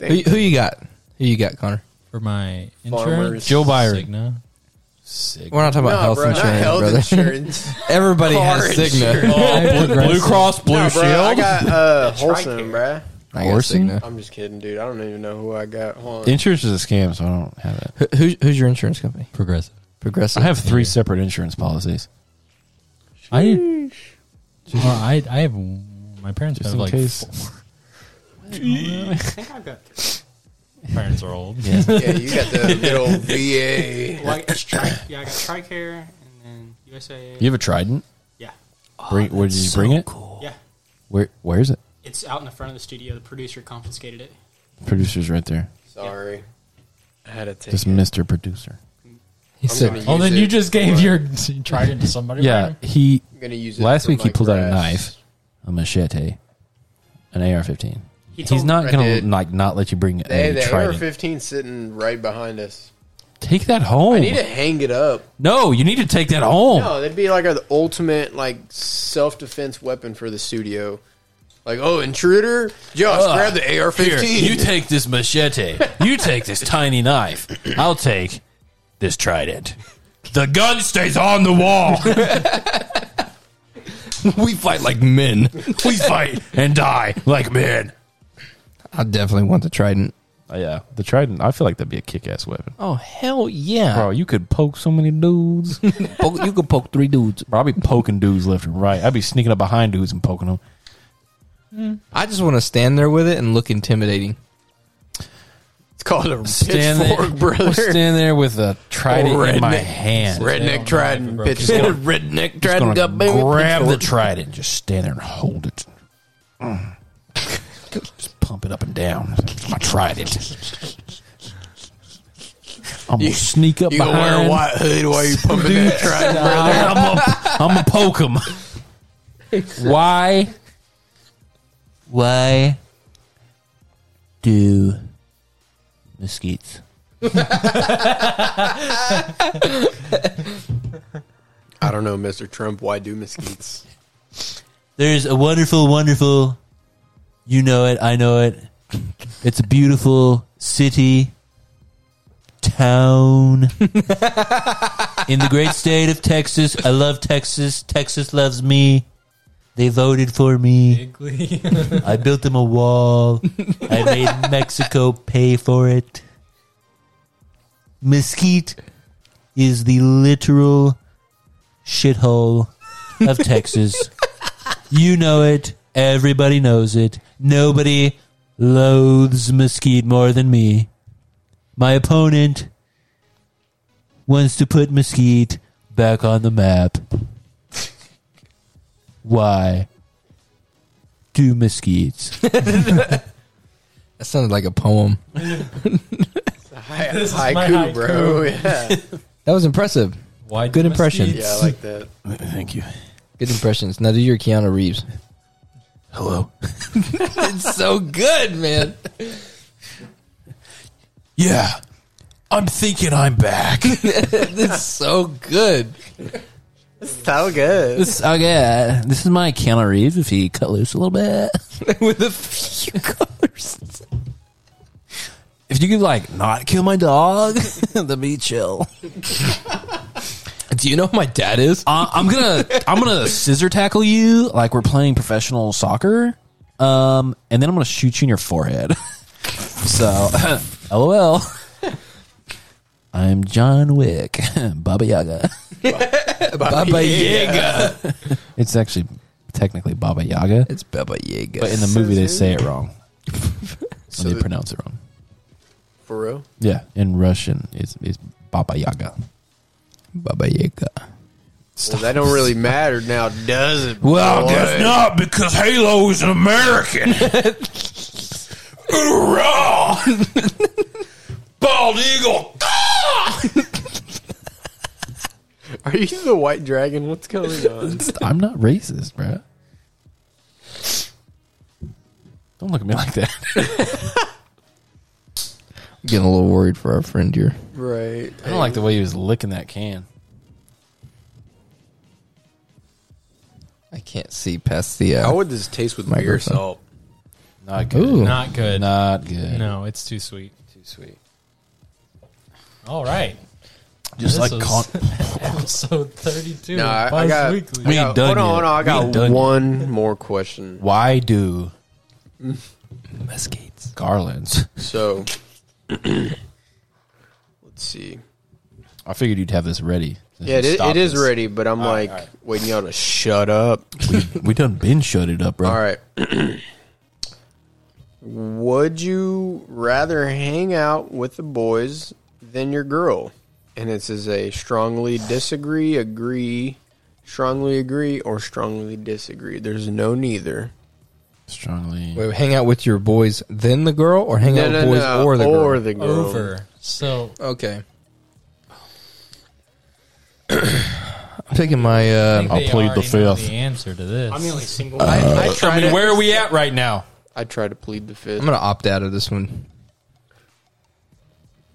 Speaker 4: Who, who you got? Who you got, Connor?
Speaker 3: For my
Speaker 2: Farmers.
Speaker 3: insurance,
Speaker 2: Joe
Speaker 1: Byron.
Speaker 3: Cigna.
Speaker 4: We're not talking about
Speaker 2: No,
Speaker 4: health
Speaker 2: bro, not
Speaker 4: insurance,
Speaker 2: health
Speaker 4: brother.
Speaker 2: insurance.
Speaker 4: Everybody has
Speaker 2: Car
Speaker 4: Cigna.
Speaker 1: Blue, Blue Cross, Blue
Speaker 2: no, bro, I
Speaker 1: Shield.
Speaker 2: got uh, wholesome, bro.
Speaker 4: I got
Speaker 1: Orson?
Speaker 4: Cigna.
Speaker 2: I'm just kidding, dude. I don't even know who I got. Hold on.
Speaker 1: insurance is a scam, so I don't have it.
Speaker 4: Who, who's, who's your insurance company?
Speaker 3: Progressive.
Speaker 1: I
Speaker 4: Progressive.
Speaker 1: have three separate insurance policies.
Speaker 3: I, Well, I I have my parents
Speaker 1: Just
Speaker 3: have
Speaker 1: in
Speaker 3: like
Speaker 1: case.
Speaker 3: four.
Speaker 14: I think I've got three.
Speaker 3: Parents are old.
Speaker 2: yeah, you got the good old VA.
Speaker 14: Well, I got tri- yeah, I got Tricare and then USA.
Speaker 1: You have a Trident?
Speaker 14: Yeah,
Speaker 15: Oh,
Speaker 1: bring, where did you bring it?
Speaker 14: yeah.
Speaker 1: Where Where is it?
Speaker 14: It's out in the front of the studio. The producer confiscated it.
Speaker 1: Producer's right there.
Speaker 2: Sorry. I had to take
Speaker 1: Just
Speaker 2: it.
Speaker 1: Mr. Producer.
Speaker 4: He
Speaker 2: I'm
Speaker 4: said,
Speaker 2: gonna
Speaker 3: Oh,
Speaker 2: use
Speaker 3: then
Speaker 2: it
Speaker 3: you just gave
Speaker 2: for-
Speaker 3: your trident to somebody.
Speaker 1: Yeah,
Speaker 3: Byron?
Speaker 1: he
Speaker 2: I'm gonna use it
Speaker 1: last
Speaker 2: for
Speaker 1: week he
Speaker 2: my
Speaker 1: pulled out a
Speaker 2: grass.
Speaker 1: knife, a machete, an AR-15.
Speaker 14: He
Speaker 1: He's
Speaker 14: told-
Speaker 1: not
Speaker 2: I
Speaker 1: gonna
Speaker 2: did.
Speaker 1: like not let you bring
Speaker 2: They,
Speaker 1: a
Speaker 2: the
Speaker 1: trident.
Speaker 2: AR-15 sitting right behind us.
Speaker 1: Take that home.
Speaker 2: I need to hang it up.
Speaker 1: no, you need to take that home.
Speaker 2: No, that'd be like the ultimate like self defense weapon for the studio. Like, oh, intruder, Josh,
Speaker 1: Ugh.
Speaker 2: grab the AR-15.
Speaker 1: Here, you take this machete. you take this tiny knife. I'll take this trident. The gun stays on the wall.
Speaker 4: "We fight like men."
Speaker 1: we fight and die like men.
Speaker 4: I definitely want the Trident.
Speaker 1: Oh, yeah, the trident. I feel like that'd be a kick-ass weapon.
Speaker 4: Oh hell yeah!
Speaker 1: Bro, you could poke so many dudes.
Speaker 4: Poke, you could poke three dudes.
Speaker 1: Bro, I'd be poking dudes left and right. I'd be sneaking up behind dudes and poking them.
Speaker 4: I just want to stand there with it and look intimidating.
Speaker 2: It's called a
Speaker 1: Stand
Speaker 2: pitchfork, brother.
Speaker 1: Stand there with a trident
Speaker 2: Oh,
Speaker 1: in my
Speaker 2: redneck.
Speaker 1: hand.
Speaker 2: Redneck trident, pitchfork.
Speaker 1: Just gonna
Speaker 2: Redneck trident, got baby.
Speaker 1: grab the
Speaker 2: pitchfork.
Speaker 1: trident and just stand there and hold it. Mm. Just pump it up and down. It's My trident. I'm gonna sneak up
Speaker 2: You gonna wear a
Speaker 1: behind.
Speaker 2: white hood while you pumping that trident, brother?
Speaker 1: I'm gonna, I'm gonna poke him. Why?
Speaker 4: Why?
Speaker 1: Do mesquites?
Speaker 2: I don't know, Mr. Trump. Why do mesquites?
Speaker 1: There's a wonderful, wonderful. You know it. I know it. It's a beautiful city, town in the great state of Texas. I love Texas. Texas loves me. They voted for me.
Speaker 3: Bigly.
Speaker 1: I built them a wall. I made Mexico pay for it. Mesquite is the literal shithole of Texas. You know it. Everybody knows it. Nobody loathes Mesquite more than me. My opponent wants to put Mesquite back on the map. Why? Do mesquites.
Speaker 4: That sounded like a poem.
Speaker 3: This is my
Speaker 2: Haiku, bro. Yeah,
Speaker 4: That was impressive.
Speaker 3: Why do
Speaker 4: Good impression.
Speaker 3: mesquites-
Speaker 2: yeah, I like that.
Speaker 1: Thank you.
Speaker 4: Good impressions. Now do your Keanu Reeves.
Speaker 1: Hello.
Speaker 4: It's so good, man.
Speaker 15: Yeah. I'm thinking I'm back.
Speaker 4: It's so good.
Speaker 2: So good.
Speaker 1: This okay. Oh, This is my Keanu Reeves if he cut loose a little bit.
Speaker 4: With a few colors.
Speaker 1: If you could like not kill my dog, that'd be chill.
Speaker 4: Do you know who my dad is?
Speaker 1: Uh, I'm gonna I'm gonna scissor tackle you like we're playing professional soccer, um, and then I'm gonna shoot you in your forehead. so, lol. I'm John Wick, Baba Yaga.
Speaker 4: Baba Yaga.
Speaker 1: It's actually technically Baba Yaga,
Speaker 4: It's Baba Yaga.
Speaker 1: but in the movie they say it wrong. so they pronounce it wrong.
Speaker 2: For real?
Speaker 1: Yeah, in Russian it's, it's Baba Yaga.
Speaker 4: Baba Yaga.
Speaker 2: Well, that don't really matter now, does it?
Speaker 4: Well,
Speaker 2: boy?
Speaker 4: guess
Speaker 15: Not because Halo is an American. Hoorah! Bald eagle.
Speaker 2: Are you the white dragon? What's going on?
Speaker 1: I'm not racist, bro. Don't look at me like that.
Speaker 4: Getting a little worried for our friend here.
Speaker 2: right.
Speaker 1: I don't like the way he was licking that can.
Speaker 4: I can't see past the. Uh,
Speaker 2: How would this taste with beer
Speaker 4: Microphone.
Speaker 2: salt?
Speaker 1: Not good.
Speaker 4: Ooh.
Speaker 3: Not good.
Speaker 1: Not good.
Speaker 3: No, it's too sweet.
Speaker 1: Too sweet.
Speaker 3: All right.
Speaker 1: Just like
Speaker 3: This was
Speaker 1: con-
Speaker 3: episode 32.
Speaker 2: No, I- I
Speaker 3: Buzz
Speaker 2: got-
Speaker 3: Weekly.
Speaker 1: We
Speaker 2: I got-
Speaker 1: ain't done
Speaker 2: hold on,
Speaker 1: yet.
Speaker 2: hold on. I
Speaker 1: We ain't
Speaker 2: got
Speaker 1: done
Speaker 2: one more question.
Speaker 1: why do
Speaker 4: mesquites.
Speaker 1: garlands?
Speaker 2: So, let's see.
Speaker 1: I figured you'd have this ready.
Speaker 2: Yeah, it,
Speaker 1: Stop
Speaker 2: it is
Speaker 1: this.
Speaker 2: ready, but I'm like waiting y'all to shut up.
Speaker 1: We done been shut it up, bro.
Speaker 2: All right. Would you rather hang out with the boys than your girl? And it says a strongly disagree, agree, strongly agree, or strongly disagree. There's no neither.
Speaker 1: Strongly.
Speaker 4: Wait, hang out with your boys, then the girl, or hang
Speaker 2: No,
Speaker 4: out with
Speaker 2: no,
Speaker 4: boys
Speaker 2: no,
Speaker 4: or the girl?
Speaker 2: girl.
Speaker 3: Over. So,
Speaker 4: Okay. I'm taking my.
Speaker 3: I
Speaker 4: Uh,
Speaker 3: think they
Speaker 1: I'll plead the
Speaker 3: already know
Speaker 1: fifth.
Speaker 3: The answer to this.
Speaker 14: I'm the only single.
Speaker 1: Uh,
Speaker 4: I, I
Speaker 2: tried
Speaker 4: tried. I
Speaker 2: it.
Speaker 4: mean, where are we at right now?
Speaker 2: I try to plead the fifth.
Speaker 4: I'm gonna opt out of this one.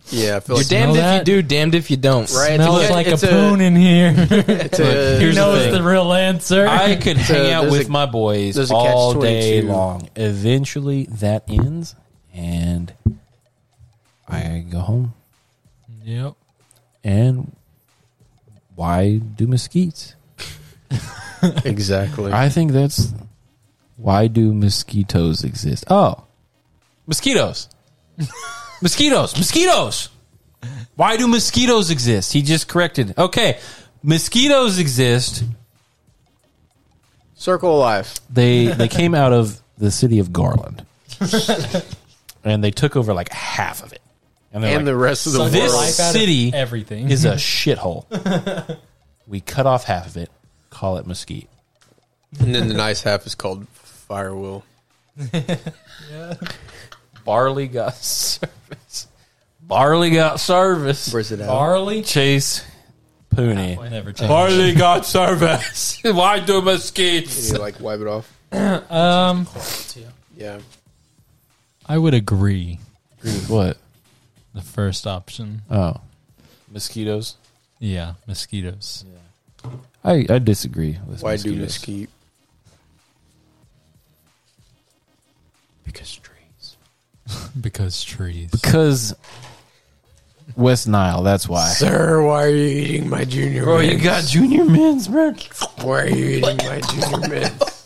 Speaker 2: yeah, I feel
Speaker 4: You're
Speaker 2: like
Speaker 4: damned
Speaker 3: that?
Speaker 4: if you do, damned if you don't.
Speaker 2: Right, it's
Speaker 3: smells
Speaker 2: a-
Speaker 3: like
Speaker 2: it's
Speaker 3: a
Speaker 2: a-
Speaker 3: poon in here.
Speaker 2: it's a-
Speaker 3: Who
Speaker 1: Here's the
Speaker 3: knows
Speaker 1: thing.
Speaker 3: the, real answer?
Speaker 1: I could
Speaker 2: So
Speaker 1: hang out
Speaker 2: there's
Speaker 1: with
Speaker 2: a-
Speaker 1: my boys
Speaker 2: there's a
Speaker 1: all day
Speaker 2: catch-22.
Speaker 1: long. Eventually, that ends, and I go home.
Speaker 3: yep.
Speaker 1: And why do mesquites?
Speaker 2: exactly.
Speaker 1: I think that's why do mosquitoes exist? Oh, mosquitoes, mosquitoes, mosquitoes. Why do mosquitoes exist? He just corrected. Okay, mosquitoes exist.
Speaker 2: Circle of life.
Speaker 1: They they came out of the city of Garland, and they took over like half of it. And, they're
Speaker 2: And the
Speaker 1: like,
Speaker 2: rest of the
Speaker 3: Suck
Speaker 2: world.
Speaker 3: the
Speaker 1: this
Speaker 3: life out of
Speaker 1: city
Speaker 3: everything
Speaker 1: is a shithole. we cut off half of it. Call it mesquite.
Speaker 2: And then the nice half is called Firewheel.
Speaker 1: Barley got service. Barley got service.
Speaker 2: Where's it at?
Speaker 3: barley.
Speaker 1: Chase Pooney.
Speaker 3: Never change.
Speaker 1: Barley got service. Why do mesquites?
Speaker 2: Can you like wipe it off?
Speaker 3: Um,
Speaker 2: Yeah.
Speaker 3: I would agree.
Speaker 1: What?
Speaker 3: The first option.
Speaker 1: Oh, mosquitoes.
Speaker 3: Yeah, mosquitoes.
Speaker 15: I, I disagree with
Speaker 2: Why do
Speaker 15: mosquitoes.
Speaker 2: mesquite?
Speaker 15: Because trees.
Speaker 3: Because trees.
Speaker 15: Because West Nile. That's why.
Speaker 2: Sir, why are you eating my junior
Speaker 15: Bro, you got junior men's, bro.
Speaker 2: Why are you eating my junior mints?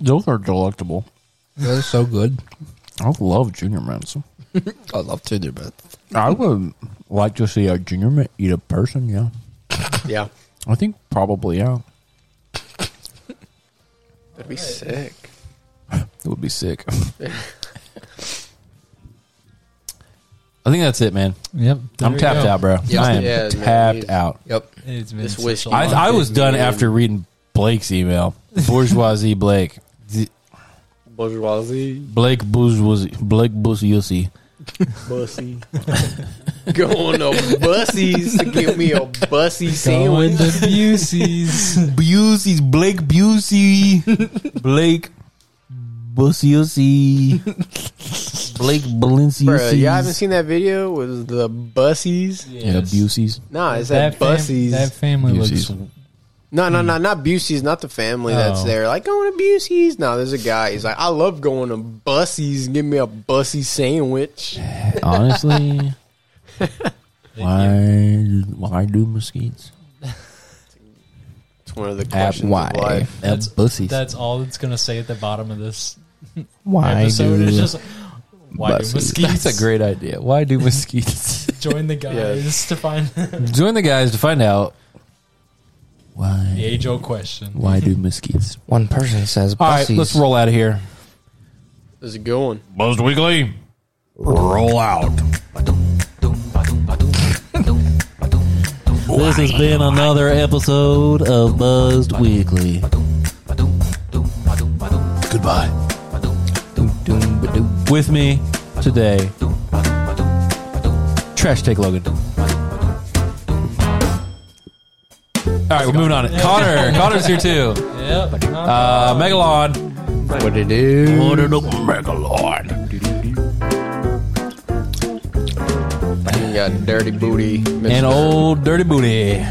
Speaker 15: Those are delectable.
Speaker 4: That is so good.
Speaker 15: I love junior men's.
Speaker 4: I love Tinder, but
Speaker 15: I would like to see a junior mint eat a person. Yeah,
Speaker 2: Yeah.
Speaker 15: I think probably yeah.
Speaker 2: That'd be sick.
Speaker 15: It would be sick. I think that's it, man.
Speaker 3: Yep.
Speaker 15: I'm tapped out, bro. I am
Speaker 2: Yeah, man,
Speaker 15: tapped
Speaker 2: he's-
Speaker 15: out.
Speaker 4: yep.
Speaker 3: It's been
Speaker 2: This
Speaker 3: such
Speaker 2: whiskey.
Speaker 3: a
Speaker 15: I,
Speaker 2: Come
Speaker 3: long-
Speaker 2: on,
Speaker 15: I was
Speaker 2: big
Speaker 15: done
Speaker 2: man.
Speaker 15: after reading Blake's email. Bourgeoisie Blake. Z-
Speaker 2: Bourgeoisie,
Speaker 15: Blake Bourgeoisie. Blake Bourgeoisie.
Speaker 2: bussy. Going to bussies to get me a bussy sandwich.
Speaker 3: Going to Busey's.
Speaker 15: Busey's. Blake Busey. Blake Bourgeoisie. Blake Balenciusi.
Speaker 2: Bruh, y'all haven't seen that video with the bussies?
Speaker 15: Yeah, Busey's.
Speaker 2: Nah, it's that,
Speaker 3: fam-
Speaker 2: bussies.
Speaker 3: that family
Speaker 15: Busey's.
Speaker 3: looks.
Speaker 2: no, no, no, not Busey's, not the family that's
Speaker 3: Oh.
Speaker 2: there. Like, going to Busey's? No, there's a guy. He's like, I love going to bussies. Give me a bussy sandwich.
Speaker 15: Honestly. why, why do mosquitoes?
Speaker 2: It's one of the
Speaker 15: At
Speaker 2: questions
Speaker 15: why?
Speaker 2: of life.
Speaker 15: At bussies.
Speaker 3: That's all it's gonna say at the bottom of this
Speaker 15: Why
Speaker 3: episode.
Speaker 15: do
Speaker 3: It's just why do
Speaker 15: buses-
Speaker 3: mosquitoes
Speaker 15: That's a great idea. Why do mosquitoes?
Speaker 3: join the guys to find the
Speaker 15: Join the guys to find out why.
Speaker 3: age old question.
Speaker 15: Why do mosquitoes?
Speaker 4: One person says,
Speaker 15: All right, let's roll out of here.
Speaker 2: There's a good one.
Speaker 1: Buzzed Weekly. Roll out.
Speaker 15: This has been another episode of Buzzed Weekly. Goodbye. With me today, Trash Take Logan. All right, we're moving on. Connor, Connor's here too.
Speaker 3: Yep.
Speaker 15: Uh, Megalon.
Speaker 4: What it do?
Speaker 2: You got dirty booty. Mr.
Speaker 15: and old Dirty Booty.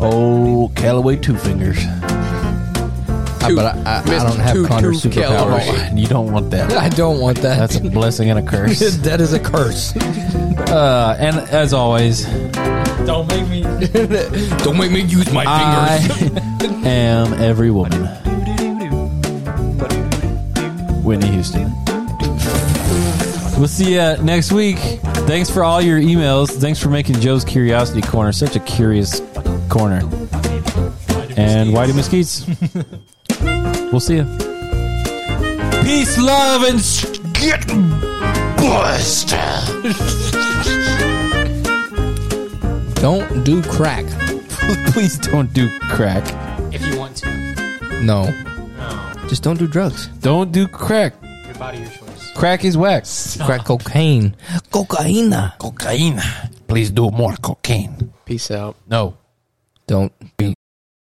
Speaker 15: Old Callaway Two Fingers.
Speaker 4: I, Ah, but I, I, I
Speaker 2: Mr.
Speaker 4: don't have
Speaker 2: Toot
Speaker 4: Connor
Speaker 2: Toot
Speaker 4: superpowers.
Speaker 2: Calloway.
Speaker 15: Oh, You don't want that.
Speaker 4: I don't want that.
Speaker 15: That's a blessing and a curse.
Speaker 4: that is a curse.
Speaker 15: Uh, and as always,
Speaker 3: Don't make me.
Speaker 4: Don't make me use my
Speaker 15: I am every woman. Whitney Houston. We'll see you next week. Thanks for all your emails. Thanks for making Joe's Curiosity Corner such a curious corner. And Whitey Mesquites. we'll see you. Peace, love, and sh- get blessed.
Speaker 4: Don't do crack.
Speaker 15: Please don't do crack.
Speaker 14: If you want to,
Speaker 4: No. Just don't do drugs.
Speaker 15: Don't do crack.
Speaker 14: your body, your choice.
Speaker 15: Crack is wax.
Speaker 4: Crack cocaine. Cocaina.
Speaker 15: Cocaine. Please do more cocaine.
Speaker 2: Peace out.
Speaker 15: No.
Speaker 4: Don't be